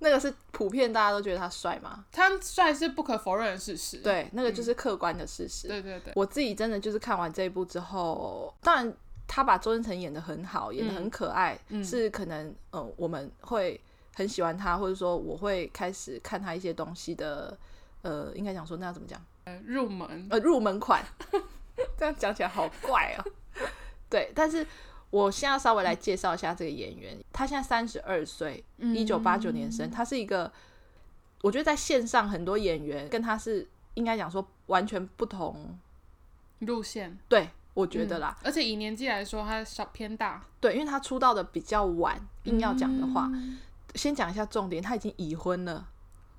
A: 那个是普遍大家都觉得他帅嘛？
B: 他帅是不可否认的事实。
A: 对，那个就是客观的事实。
B: 嗯对对对，
A: 我自己真的就是看完这一部之后，当然他把周星辰演得很好，演得很可爱，
B: 嗯
A: 是可能呃我们会很喜欢他，或者说我会开始看他一些东西的，呃，应该讲说那要怎么讲？
B: 呃入门
A: 呃，入门款， 这样讲起来好怪哦。对，但是我现在稍微来介绍一下这个演员，他现在三十二岁，嗯
B: 嗯
A: 一九八九年生，他是一个，我觉得在线上很多演员跟他是应该讲说完全不同，
B: 路嗯线，
A: 对我觉得啦，
B: 嗯而且以年纪来说，他小偏大，
A: 对，因为他出道的比较晚，硬要讲的话，
B: 嗯
A: 先讲一下重点，他已经已婚了，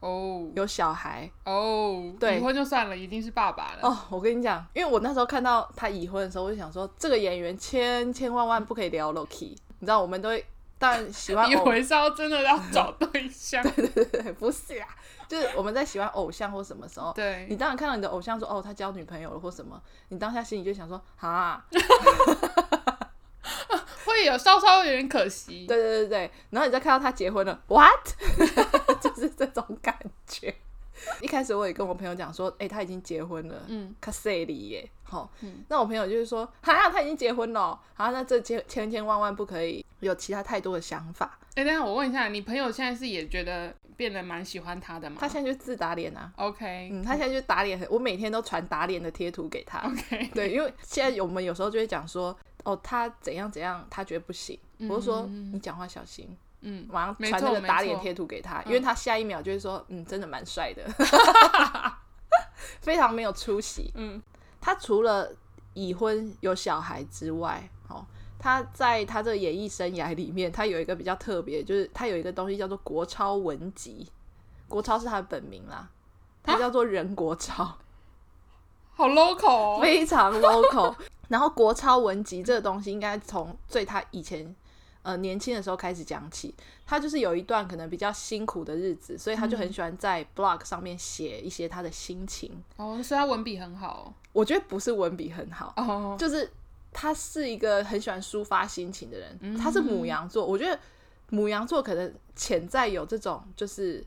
B: 哦
A: 有小孩，
B: 哦，
A: 对
B: 离婚就算了，已经是爸爸了。
A: 哦，我跟你讲，因为我那时候看到他已婚的时候，我就想说，这个演员千千万万不可以聊 Loki。你知道，我们都会，但喜欢
B: 以
A: 偶
B: 为是要真的要找对象，
A: 不是啊，就是我们在喜欢偶像或什么时候，你
B: 对，
A: 当然看到你的偶像说哦，他交女朋友了或什么，你当下心里就想说，哈，
B: 会微有稍稍有点可惜。
A: 对对对对，然后你再看到他结婚了，what？就是这种感觉。一开始我也跟我朋友讲说，哎、他已经结婚了，
B: 嗯，
A: 卡塞里耶，好、
B: 嗯
A: 那我朋友就是说，哈，他已经结婚了哦，啊，那这千千千万万不可以有其他太多的想法。
B: 哎、等一下我问一下，你朋友现在是也觉得变得蛮喜欢他的吗？
A: 他现在就自打脸啊，
B: OK，
A: 嗯，他现在就打脸，我每天都传打脸的贴图给他。
B: OK，
A: 对，因为现在我们有时候就会讲说，哦，他怎样怎样，他觉得不行。我就说
B: 嗯
A: 你讲话小心，
B: 嗯，
A: 马上
B: 没
A: 传那
B: 错
A: 个
B: 没
A: 打脸
B: 错嗯
A: 贴图给他，因为他下一秒就会说，嗯，真的蛮帅的， 非常没有出息。
B: 嗯，
A: 他除了已婚有小孩之外，哦，他在他这个演艺生涯里面，他有一个比较特别，就是他有一个东西叫做国超文集，国超是他的本名啦，他
B: 啊
A: 叫做任国超。
B: 好 local 哦。
A: 非常 local。然 后国超文集这个东西，应该从最他以前呃年轻的时候开始讲起。他就是有一段可能比较辛苦的日子，所以他就很喜欢在 blog 上面写一些他的心情。
B: 哦，所以他文笔很好
A: 我觉得不是文笔很好，
B: 哦。哦，
A: 就是他是一个很喜欢抒发心情的人。他是母羊座，我觉得母羊座可能潜在有这种，就是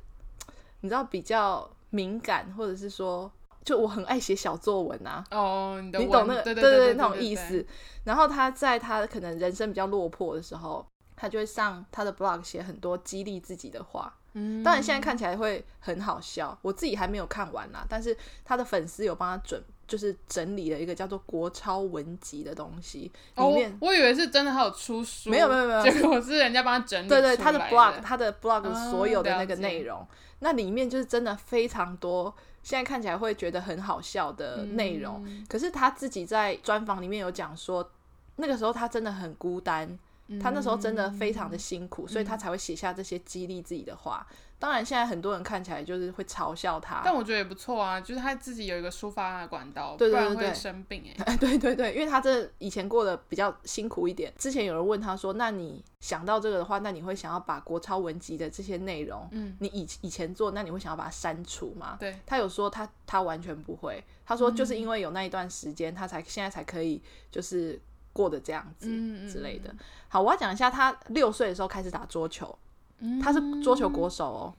A: 你知道比较敏感，或者是说，就我很爱写小作文啊，
B: 哦，你的
A: 你
B: 文
A: 懂那个
B: 对
A: 对
B: 对
A: 对
B: 对
A: 那种意。思。然后他在他可能人生比较落魄的时候，他就会上他的 blog 写很多激励自己的话。
B: 嗯，
A: 当然现在看起来会很好笑，我自己还没有看完啦，但是他的粉丝有帮他准。就是整理了一个叫做“国超文集”的东西，
B: 哦，
A: 里
B: 我
A: 面、
B: 我以为是真的还有出书，
A: 没有没有没有
B: 结果是人家帮他整理
A: 对对
B: 出
A: 他的
B: 来
A: blog 他的 blog
B: 哦
A: 所有的
B: 了
A: 那个
B: 解
A: 内容，那里面就是真的非常多，现在看起来会觉得很好笑的内容，
B: 嗯
A: 可是他自己在专访里面有讲说，那个时候他真的很孤单，他那时候真的非
B: 嗯
A: 常的辛苦，所以他才会写下这些激励自己的话。当然，现在很多人看起来就是会嘲笑他，
B: 但我觉得也不错啊，就是他自己有一个抒发的管道，
A: 对对
B: 不
A: 对
B: 然
A: 对
B: 会生病 哎、
A: 对对对，因为他这以前过得比较辛苦一点。之前有人问他说：“那你想到这个的话，那你会想要把国超文集的这些内容，
B: 嗯，
A: 你以以前做，那你会想要把它删除吗？”
B: 对，嗯
A: 他有说他他完全不会，他说就是因为有那一段时间，他才现在才可以就是过得这样子。
B: 嗯嗯
A: 之类的。好，我要讲一下，他六岁的时候开始打桌球，
B: 嗯
A: 他是桌球国手哦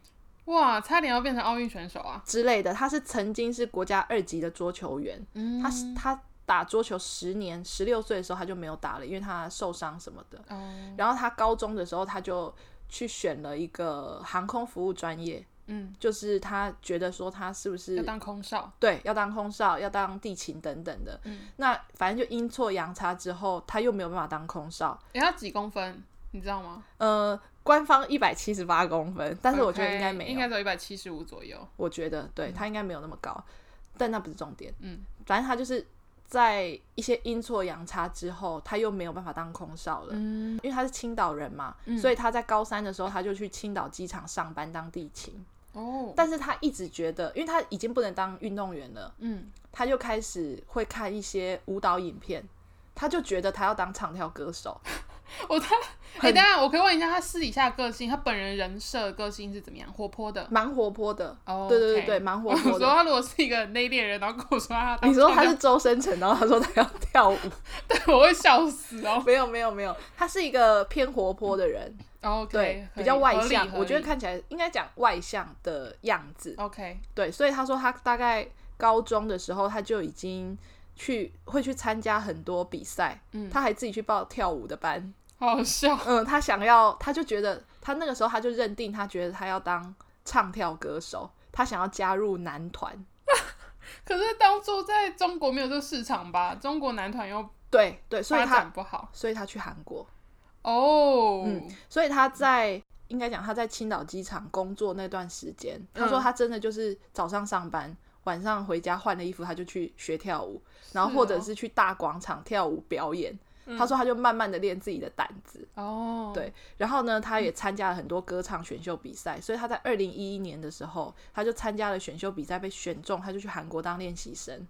B: 哇，差点要变成奥运选手啊！
A: 之类的，他是曾经是国家二级的桌球员，
B: 嗯，
A: 他是他打桌球十年，十六岁的时候他就没有打了，因为他受伤什么的。
B: 哦，
A: 然后他高中的时候他就去选了一个航空服务专业，
B: 嗯，
A: 就是他觉得说他是不是
B: 要当空少，
A: 对，要当空少，要当地勤等等的。
B: 嗯
A: 那反正就阴错阳差之后，他又没有办法当空少，
B: 诶他几公分，你知道吗？
A: 呃，官方一百七十八公分，但是我觉得应该
B: OK，
A: 没有
B: 应该只有一百七十五左右。
A: 我觉得对他应该没有那么高，但那不是重点。
B: 嗯，
A: 反正他就是在一些阴错阳差之后，他又没有办法当空少了，
B: 嗯，
A: 因为他是青岛人嘛，
B: 嗯
A: 所以他在高三的时候他就去青岛机场上班当地勤，
B: 哦，
A: 但是他一直觉得，因为他已经不能当运动员了，
B: 嗯，
A: 他就开始会看一些舞蹈影片。他就觉得他要当唱跳歌手，
B: 我他，哎、等一下我可以问一下他私底下的个性，他本人人设个性是怎么样？活泼的。
A: 蛮活泼的。
B: 哦，
A: 对对对对，。蛮活
B: 我
A: 泼
B: 说
A: 的。
B: 他如果是一个内敛人，然后跟我说他，
A: 你说他是周深成，然后他说他要跳舞，
B: 对， 我会笑死哦。
A: 没有没有没有，他是一个偏活泼的人，
B: 哦 OK，
A: 对，
B: 合
A: 比
B: 理
A: 较外
B: 嗯合理
A: 向，
B: 合
A: 我觉得
B: 理
A: 看起来应该讲外向的样子。
B: OK，
A: 对，所以他说他大概高中的时候他就已经去会去参加很多比赛，
B: 嗯
A: 他还自己去报跳舞的班，
B: 好好笑。
A: 嗯，他想要，他就觉得他那个时候他就认定他觉得他要当唱跳歌手，他想要加入男团，
B: 可是当初在中国没有这个市场吧？中国男团又
A: 对对，所以
B: 发
A: 他
B: 展不好
A: 所以他去韩国，
B: 哦。
A: 嗯所以他在应该讲他在青岛机场工作那段时间，他说他真的就是早上上班，晚上回家换了衣服，他就去学跳舞，然后或者是去大广场跳舞表演。
B: 哦嗯
A: 他说他就慢慢的练自己的胆子，
B: 哦，
A: 对然后呢，他也参加了很多歌唱选秀比赛，所以他在二零一一年的时候，他就参加了选秀比赛被选中，他就去韩国当练习生。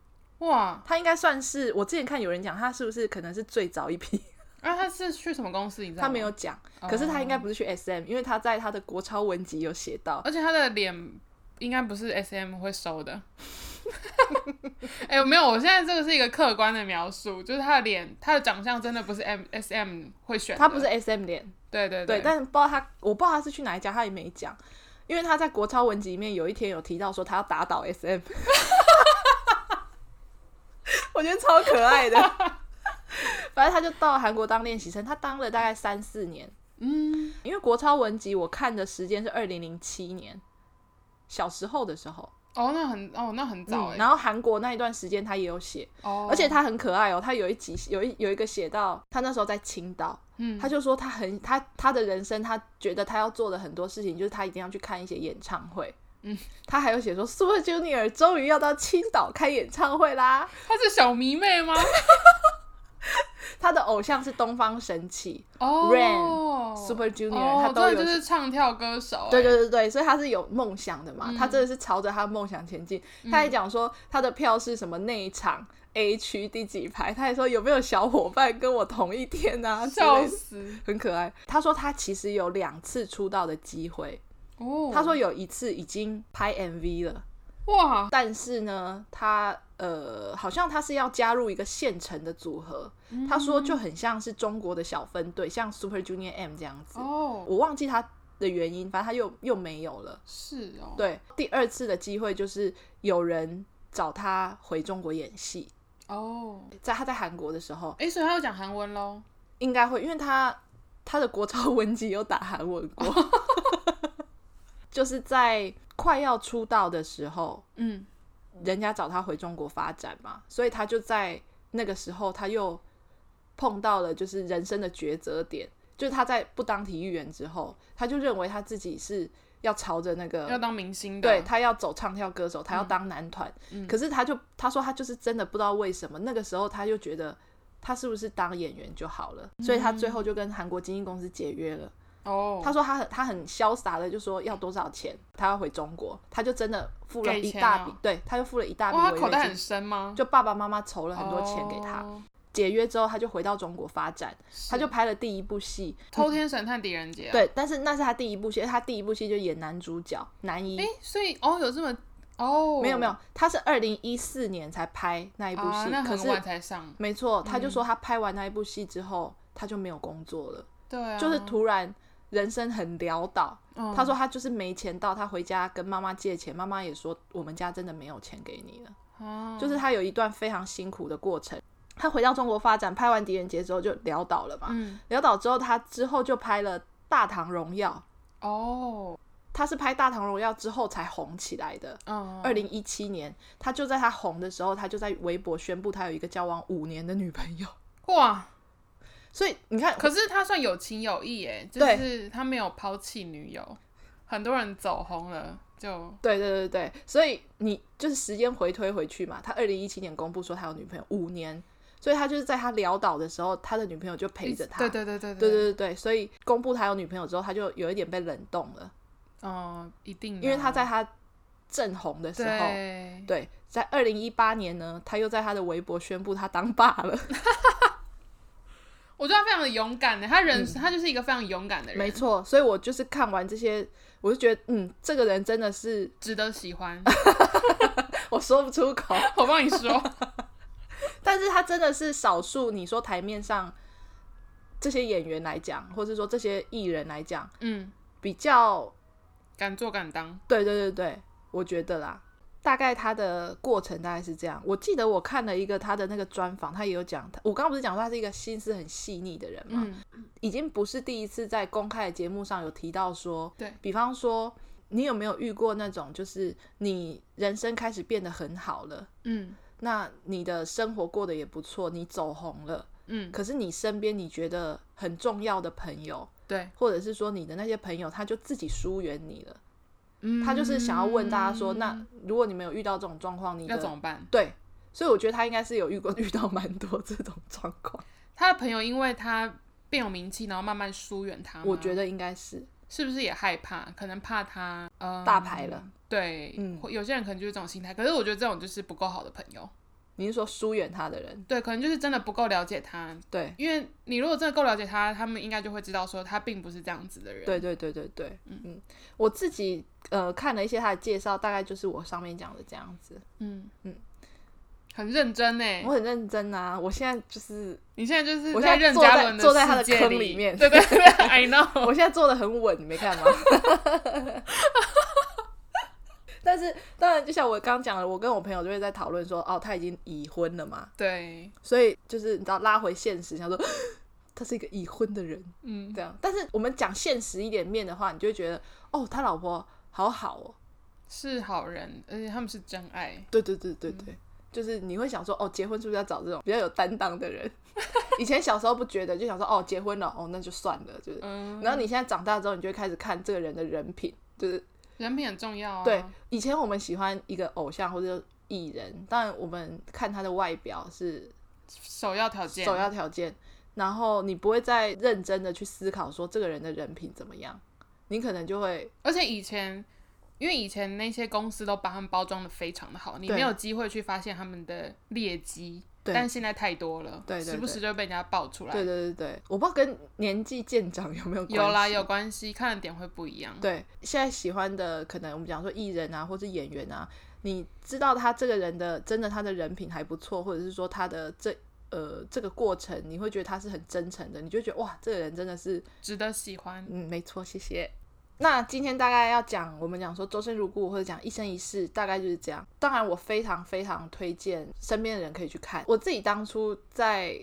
B: 哇，
A: 他应该算是我之前看有人讲他是不是可能是最早一批，
B: 那他是去什么公司？你知道吗
A: 他没有，讲，
B: 哦
A: 可是他应该，不是去 SM，因为他在他的国超文集有写到，
B: 而且他的脸应该不是 SM 会收的，哎、没有，我现在这个是一个客观的描述，就是他的脸，他的长相真的不是 M S M 会选的，
A: 他不是 S M 脸，
B: 对对
A: 对，但不知道他，我不知道他是去哪一家，他也没讲，因为他在国超文集里面有一天有提到说他要打倒 S M，我觉得超可爱的。反正他就到韩国当练习生，他当了大概三四年，
B: 嗯，
A: 因为国超文集我看的时间是二零零七年，小时候的时候，
B: 哦，那很哦，那很早
A: 嗯
B: 哎、
A: 然后韩国那一段时间他也有写，
B: 哦，
A: 而且他很可爱哦，他有一集有一有一个写到他那时候在青岛，
B: 嗯，
A: 他就说他很他他的人生，他觉得他要做的很多事情，就是他一定要去看一些演唱会。
B: 嗯，
A: 他还有写说 Super Junior 终于要到青岛开演唱会啦。
B: 他是小迷 妹吗？
A: 他的偶像是东方神起、
B: 哦
A: Rain Super Junior，、
B: 哦，
A: 他都
B: 真
A: 有
B: 的就。是唱跳歌手、哎
A: 对对对对，所以他是有梦想的嘛，
B: 嗯
A: 他真的是朝着他的梦想前进。他还讲说他的票是什么内场 A 区第几排，他还说有没有小伙伴跟我同一天啊，之类的
B: 笑死
A: 很可爱。他说他其实有两次出道的机会，
B: 哦，
A: 他说有一次已经拍 MV 了，
B: 哇，
A: 但是呢，他呃，好像他是要加入一个现成的组合。
B: 嗯
A: 他说就很像是中国的小分队，像 Super Junior M 这样子。
B: 哦，
A: 我忘记他的原因，反正他又又没有了。
B: 是哦，
A: 对，第二次的机会就是有人找他回中国演戏，
B: 哦，
A: 在他在韩国的时候，
B: 哎、所以他要讲韩文喽，
A: 应该会，因为他他的国潮 文集有打韩文过， 就是在快要出道的时候，
B: 嗯，
A: 人家找他回中国发展嘛，所以他就在那个时候他又碰到了就是人生的抉择点，就是他在不当体育员之后，他就认为他自己是要朝着那
B: 要
A: 个。
B: 当明星的，啊
A: 对，他要走唱跳歌手，他要当男团，
B: 嗯
A: 可是他就他说他就是真的不知道为什么，那个时候他就觉得他是不是当演员就好了，所以他最后就跟韩国经纪公司解约了。
B: 哦，
A: 他说他很他很潇洒的就说要多少钱，他要回中国，他就真的付了
B: 给
A: 一
B: 钱
A: 大笔，
B: 哦
A: 对，他就付了一大笔违
B: 哇，他
A: 约
B: 口袋很
A: 金，
B: 深吗？
A: 就爸爸妈妈筹了很多钱给他。
B: 哦
A: 解约之后，他就回到中国发展，他就拍了第一部戏，
B: 偷天神探狄仁杰、啊，
A: 对，但是那是他第一部戏，他第一部戏就演男主角男一
B: 哎、，所以哦，有这么哦，
A: 没有没有，他是二零一四年才拍那一部
B: 啊
A: 戏，
B: 那
A: 可
B: 很
A: 是
B: 晚才嗯上，
A: 没错，他就说他拍完那一部戏之后，他就没有工作了，
B: 对啊，
A: 就是突然人生很潦倒。
B: 嗯
A: 他说他就是没钱到，他回家跟妈妈借钱，妈妈也说我们家真的没有钱给你了。
B: 啊，
A: 就是他有一段非常辛苦的过程。他回到中国发展，拍完《狄仁杰》之后就潦倒了嘛。
B: 嗯
A: 潦倒之后，他之后就拍了《大唐荣耀》，
B: 哦
A: 他是拍《大唐荣耀》之后才红起来的。
B: 嗯，
A: 二零一七年，他就在他红的时候，他就在微博宣布他有一个交往五年的女朋友。
B: 哇，
A: 所以你看，
B: 可是他算有情有义哎，就
A: 对
B: 是他没有抛弃女友，很多人走红了就
A: 对对对对，所以你就是时间回推回去嘛，他二零一七年公布说他有女朋友五年，所以他就是在他潦倒的时候，他的女朋友就陪着他。
B: 对对对对
A: 对对对
B: 对，
A: 对所以公布他有女朋友之后，他就有一点被冷冻了，
B: 哦，一定的啊，
A: 因为他在他正红的时候，
B: 对
A: 嗯对，在二零一八年呢，他又在他的微博宣布他当爸了。
B: 我觉得他非常的勇敢欸的，他人、他就是一个非常勇敢的人，
A: 嗯没错，所以我就是看完这些，我就觉得，嗯，这个人真的是
B: 值得 喜欢。
A: 我说不出口。
B: 我帮你说，
A: 但是他真的是少数，你说台面上这些演员来讲，或是说这些艺人来讲，
B: 嗯，
A: 比较
B: 敢做敢当，
A: 对对对对，我觉得啦，大概他的过程大概是这样。我记得我看了一个他的那个专访，他也有讲，我刚刚不是讲说他是一个心思很细腻的人嘛，
B: 嗯，
A: 已经不是第一次在公开的节目上有提到说，
B: 对
A: 比方说。你有没有遇过那种，就是你人生开始变得很好了，
B: 嗯
A: 那你的生活过得也不错，你走红了，
B: 嗯，
A: 可是你身边你觉得很重要的朋友，
B: 对，
A: 或者是说你的那些朋友，他就自己疏远你了。
B: 嗯，
A: 他就是想要问大家说，那如果你们有遇到这种状况，你
B: 嗯要
A: 的
B: 怎么办？
A: 对？所以我觉得他应该是有遇过 遇到蛮多这种状况，
B: 他的朋友因为他变有名气，然后慢慢疏远他吗，
A: 我觉得应该是
B: 是不是也害怕？可能怕他呃
A: 大牌了。
B: 对，
A: 嗯
B: 会有些人可能就是这种心态。可是我觉得这种就是不够好的朋友，
A: 你是说疏远他的人？
B: 对，可能就是真的不够了解他，
A: 对，
B: 因为你如果真的够了解他，他们应该就会知道说他并不是这样子的人。
A: 对对对对对，嗯嗯，我自己呃看了一些他的介绍，大概就是我上面讲的这样子。
B: 嗯
A: 嗯
B: 嗯，很认真呢。
A: 我很认真啊，我现在 就是
B: 你现在就是
A: 我现在
B: 任
A: 坐
B: 嘉
A: 在
B: 伦
A: 坐在他的
B: 世界
A: 坑里
B: 里
A: 面
B: 对对对，I know。
A: 我现在做的很稳，你没看吗？ 但是当然，就像我刚刚讲的，我跟我朋友就会在讨论说，哦，他已经已婚了嘛，
B: 对，
A: 所以就是你知道拉回现实，想说他是一个已婚的人
B: 嗯，
A: 这样。但是我们讲现实一点面的话，你就会觉得，哦，他老婆好好哦，
B: 是好人，而且他们是真爱。
A: 对对对对
B: 嗯
A: 对，就是你会想说，哦，结婚是不是要找这种比较有担当的人？ 以前小时候不觉得，就想说，哦，结婚了，哦，那就算了，就是。
B: 嗯，
A: 然后你现在长大之后，你就会开始看这个人的人品，就是
B: 人品很重要啊。
A: 对，以前我们喜欢一个偶像或者艺人，当然我们看他的外表是
B: 首要条件。
A: 首要条件，然后你不会再认真的去思考说这个人的人品怎么样，你可能就会
B: 而且以前，因为以前那些公司都把他们包装的非常的好，你
A: 对
B: 没有机会去发现他们的劣迹。
A: 对
B: 但现在太多了，
A: 对对对
B: 时不时就会被人家爆出来。
A: 对对对对，我不知道跟年纪渐长有没有关系。
B: 有啦，有关系，看的点会不一样。
A: 对，现在喜欢的可能我们讲说艺人啊，或是演员啊，你知道他这个人的真的他的人品还不错，或者是说他的这呃这个过程，你会觉得他是很真诚的，你就觉得哇，这个人真的是
B: 值得喜欢。
A: 嗯，没错，谢谢。那今天大概要讲，我们讲说周生如故或者讲一生一世，大概就是这样。当然，我非常非常推荐身边的人可以去看。我自己当初在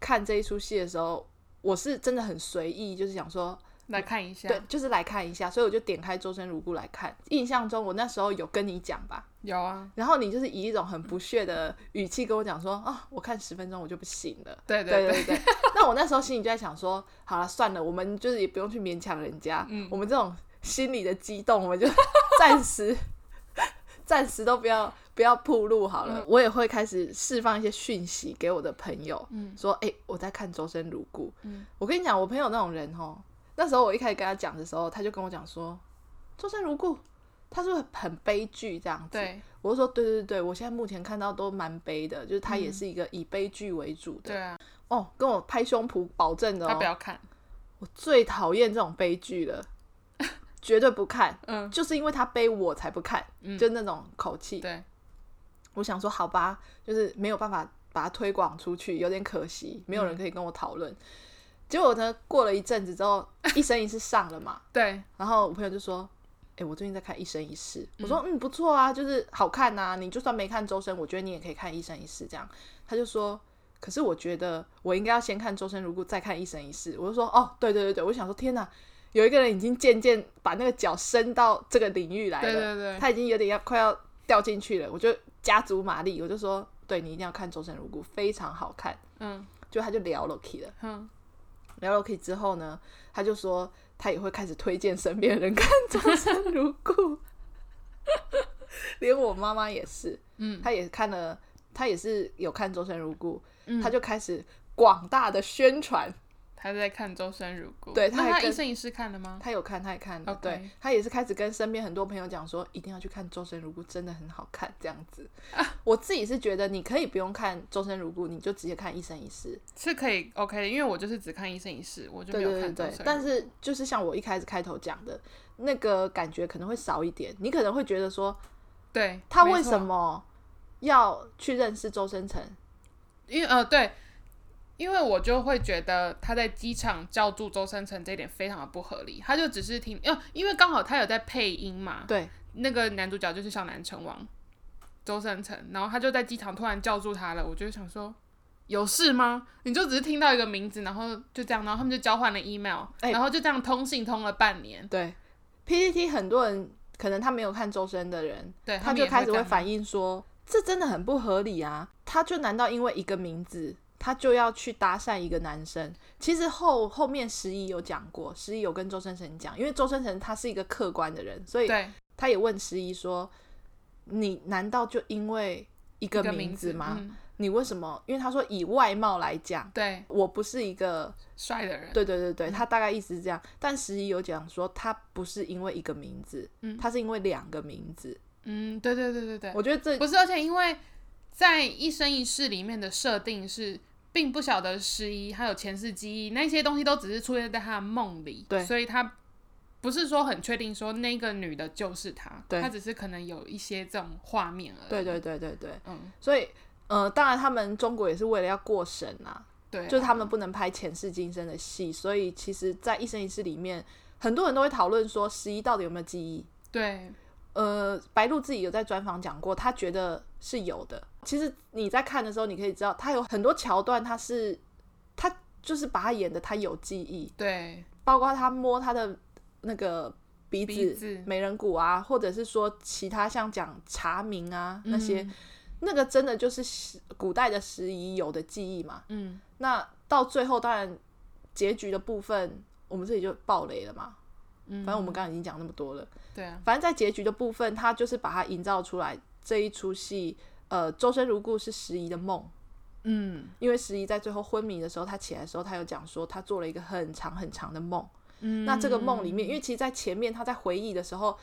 A: 看这一出戏的时候，我是真的很随意，就是想说，
B: 来看一下，
A: 对，就是来看一下，所以我就点开《周生如故》来看。印象中，我那时候有跟你讲吧，
B: 有啊，
A: 然后你就是以一种很不屑的语气跟我讲说，啊，我看十分钟我就不行了。
B: 对
A: 对
B: 对，
A: 对对。那我那时候心里就在想说，好了，算了，我们就是也不用去勉强人家，
B: 嗯
A: 我们这种心理的激动，我们就 暂时暂时都不要不要铺路好
B: 嗯
A: 了。我也会开始释放一些讯息给我的朋友，
B: 嗯
A: 说，哎、我在看《周生如故》
B: 嗯
A: 我跟你讲，我朋友那种人哦，那时候我一开始跟他讲的时候，他就跟我讲说，《周生如故》。他是不是很悲剧这样子，
B: 对
A: 我就说对对对，我现在目前看到都蛮悲的，就是他也
B: 嗯
A: 是一个以悲剧为主的
B: 对，啊，
A: 哦，跟我拍胸脯保证的
B: 他不
A: 哦，
B: 要看，
A: 我最讨厌这种悲剧了， 绝对不看，
B: 嗯
A: 就是因为他悲我才不看，
B: 嗯，
A: 就那种口气。
B: 对，
A: 我想说，好吧，就是没有办法把它推广出去，有点可惜，没有
B: 嗯
A: 人可以跟我讨论。结果呢，过了一阵子之后，一生一世上了嘛，
B: 对，
A: 然后我朋友就说。哎、我最近在看《一生一世》，我说嗯不错啊，就是好看呐、你就算没看周深，我觉得你也可以看《一生一世》这样。他就说，可是我觉得我应该要先看《周生如故》，再看《一生一世》。我就说，哦，对对对对，我想说，天哪，有一个人已经渐渐把那个脚伸到这个领域来了，
B: 对对对，
A: 他已经有点要快要掉进去了。我就加足马力，我就说，对你一定要看《周生如故》，非常好看。
B: 嗯
A: 就他就聊了 k 了，
B: 哼，
A: 聊了 k 之后呢，他就说他也会开始推荐身边的人看《周生如故》，连我妈妈也是，
B: 嗯
A: 她也看了，她也是有看《周生如故》。
B: 嗯，
A: 他就开始广大的宣传。
B: 他在看《周生如故》，
A: 对他
B: 那
A: 还
B: 他
A: 跟
B: 一生一世看了吗？
A: 他有看，他也看了
B: OK
A: 对他也是开始跟身边很多朋友讲说，一定要去看《周生如故》，真的很好看。这样子，我自己是觉得你可以不用看《周生如故》，你就直接看《一生一世
B: 是可以 OK 的，因为我就是只看一生一世，我》。就
A: 对
B: 没有
A: 对对
B: 看《周
A: 对
B: 生如，故》，
A: 但是就是像我一开始开头讲的那个感觉可能会少一点，你可能会觉得说
B: 对
A: 他
B: 没
A: 为
B: 错嗯
A: 什么要去认识周生辰？
B: 因为呃对，因为我就会觉得他在机场叫住周生辰这一点非常的不合理，他就只是听，呃，因为刚好他有在配音嘛，
A: 对
B: 那个男主角就是小南成王周生辰，然后他就在机场突然叫住他了，我就想说。有事吗？你就只是听到一个名字，然后就这样，然后他们就交换了 email，、
A: 哎
B: 然后就这样通信通了半年。
A: 对，PPT 很多人可能他没有看周深的人，
B: 对，
A: 他
B: 们
A: 就
B: 也
A: 开始
B: 这
A: 会
B: 样
A: 反映说，这真的很不合理啊！他就难道因为一个名字，他就要去搭讪一个男生？其实后后面十一有讲过，十一有跟周深成讲，因为周深成他是一个客观的人，所以
B: 对
A: 他也问十一说：“你难道就因为一
B: 一
A: 个
B: 个
A: 名字吗？
B: 嗯、
A: 你为什么？因为他说以外貌来讲。”
B: 对，
A: 我不是一个，
B: 帅的人，
A: 对对对对，他大概意思是这样。但十一有讲说，他不是因为一个名字，
B: 嗯
A: 他是因为两个名字。
B: 嗯，对对对对对，
A: 我觉得这
B: 不是，而且因为在一生一世里面的设定是，并不晓得失忆，还有前世记忆那些东西都只是出现在他的梦里，
A: 对
B: 所以他不是说很确定说那个女的就是他，
A: 对
B: 他只是可能有一些这种画面而已，
A: 对对对对对，
B: 嗯，
A: 所以呃，当然他们中国也是为了要过审啊，
B: 对啊，
A: 就是他们不能拍前世今生的戏，所以其实，在一生一世里面，很多人都会讨论说十一到底有没有记忆。
B: 对
A: 呃，白鹿自己有在专访讲过，他觉得是有的。其实你在看的时候，你可以知道他有很多桥段，他是他就是把他演的他有记忆，
B: 对
A: 包括他摸他的那个鼻子、
B: 鼻子
A: 美人骨啊，或者是说其他像讲查明啊那些，
B: 嗯
A: 那个真的就是古代的时宜有的记忆嘛。
B: 嗯，
A: 那到最后，当然结局的部分，我们这里就爆雷了嘛。
B: 嗯
A: 反正我们刚刚已经讲那么多了，
B: 对啊，
A: 反正在结局的部分，他就是把它营造出来这一出戏。呃，周生如故是十一的梦，
B: 嗯
A: 因为十一在最后昏迷的时候，他起来的时候，他有讲说他做了一个很长很长的梦。
B: 嗯，
A: 那这个梦里面，因为其实，在前面他在回忆的时候，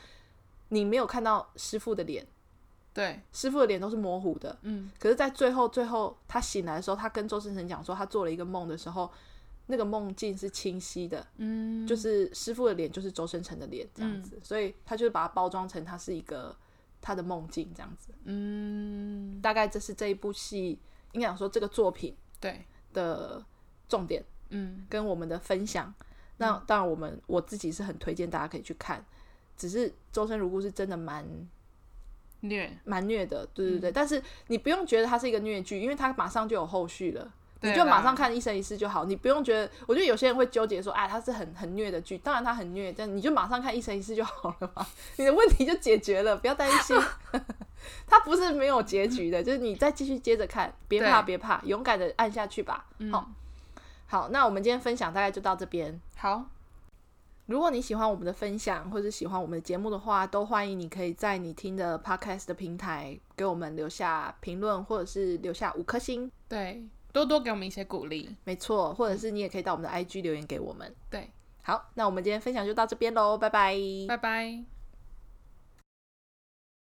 A: 你没有看到师傅的脸，
B: 对，
A: 师傅的脸都是模糊的。
B: 嗯
A: 可是，在最后最后他醒来的时候，他跟周星辰讲说他做了一个梦的时候，那个梦境是清晰的，
B: 嗯，
A: 就是师傅的脸就是周星辰的脸这样子，所以他就是把它包装成他是一个他的梦境这样子。
B: 嗯
A: 大概这是这一部戏，应该讲说这个作品
B: 对，
A: 的重点
B: 嗯
A: 跟我们的分享。那当然，我们我自己是很推荐大家可以去看，只是《周生如故》是真的蛮
B: 虐，
A: 蛮虐的，对
B: 嗯
A: 对对。但是你不用觉得它是一个虐剧，因为它马上就有后续了，你
B: 对
A: 就马
B: 啦
A: 上看《一生一世》就好。你不用觉得，我觉得有些人会纠结说，啊，它是很很虐的剧，当然它很虐，但你就马上看《一生一世》就好了嘛，你的问题就解决了，不要担心。 它不是没有结局的，就是你再继续接着看，别怕
B: 对
A: 别怕，勇敢的按下去吧。
B: 嗯
A: 好好，那我们今天分享大概就到这边。
B: 好，
A: 如果你喜欢我们的分享，或者喜欢我们的节目的话，都欢迎你可以在你听的 podcast 的平台给我们留下评论，或者是留下五颗星，
B: 对，多多给我们一些鼓励，
A: 没错，或者是你也可以到我们的 IG 留言给我们。
B: 对，
A: 好，那我们今天分享就到这边喽，拜拜。
B: 拜拜。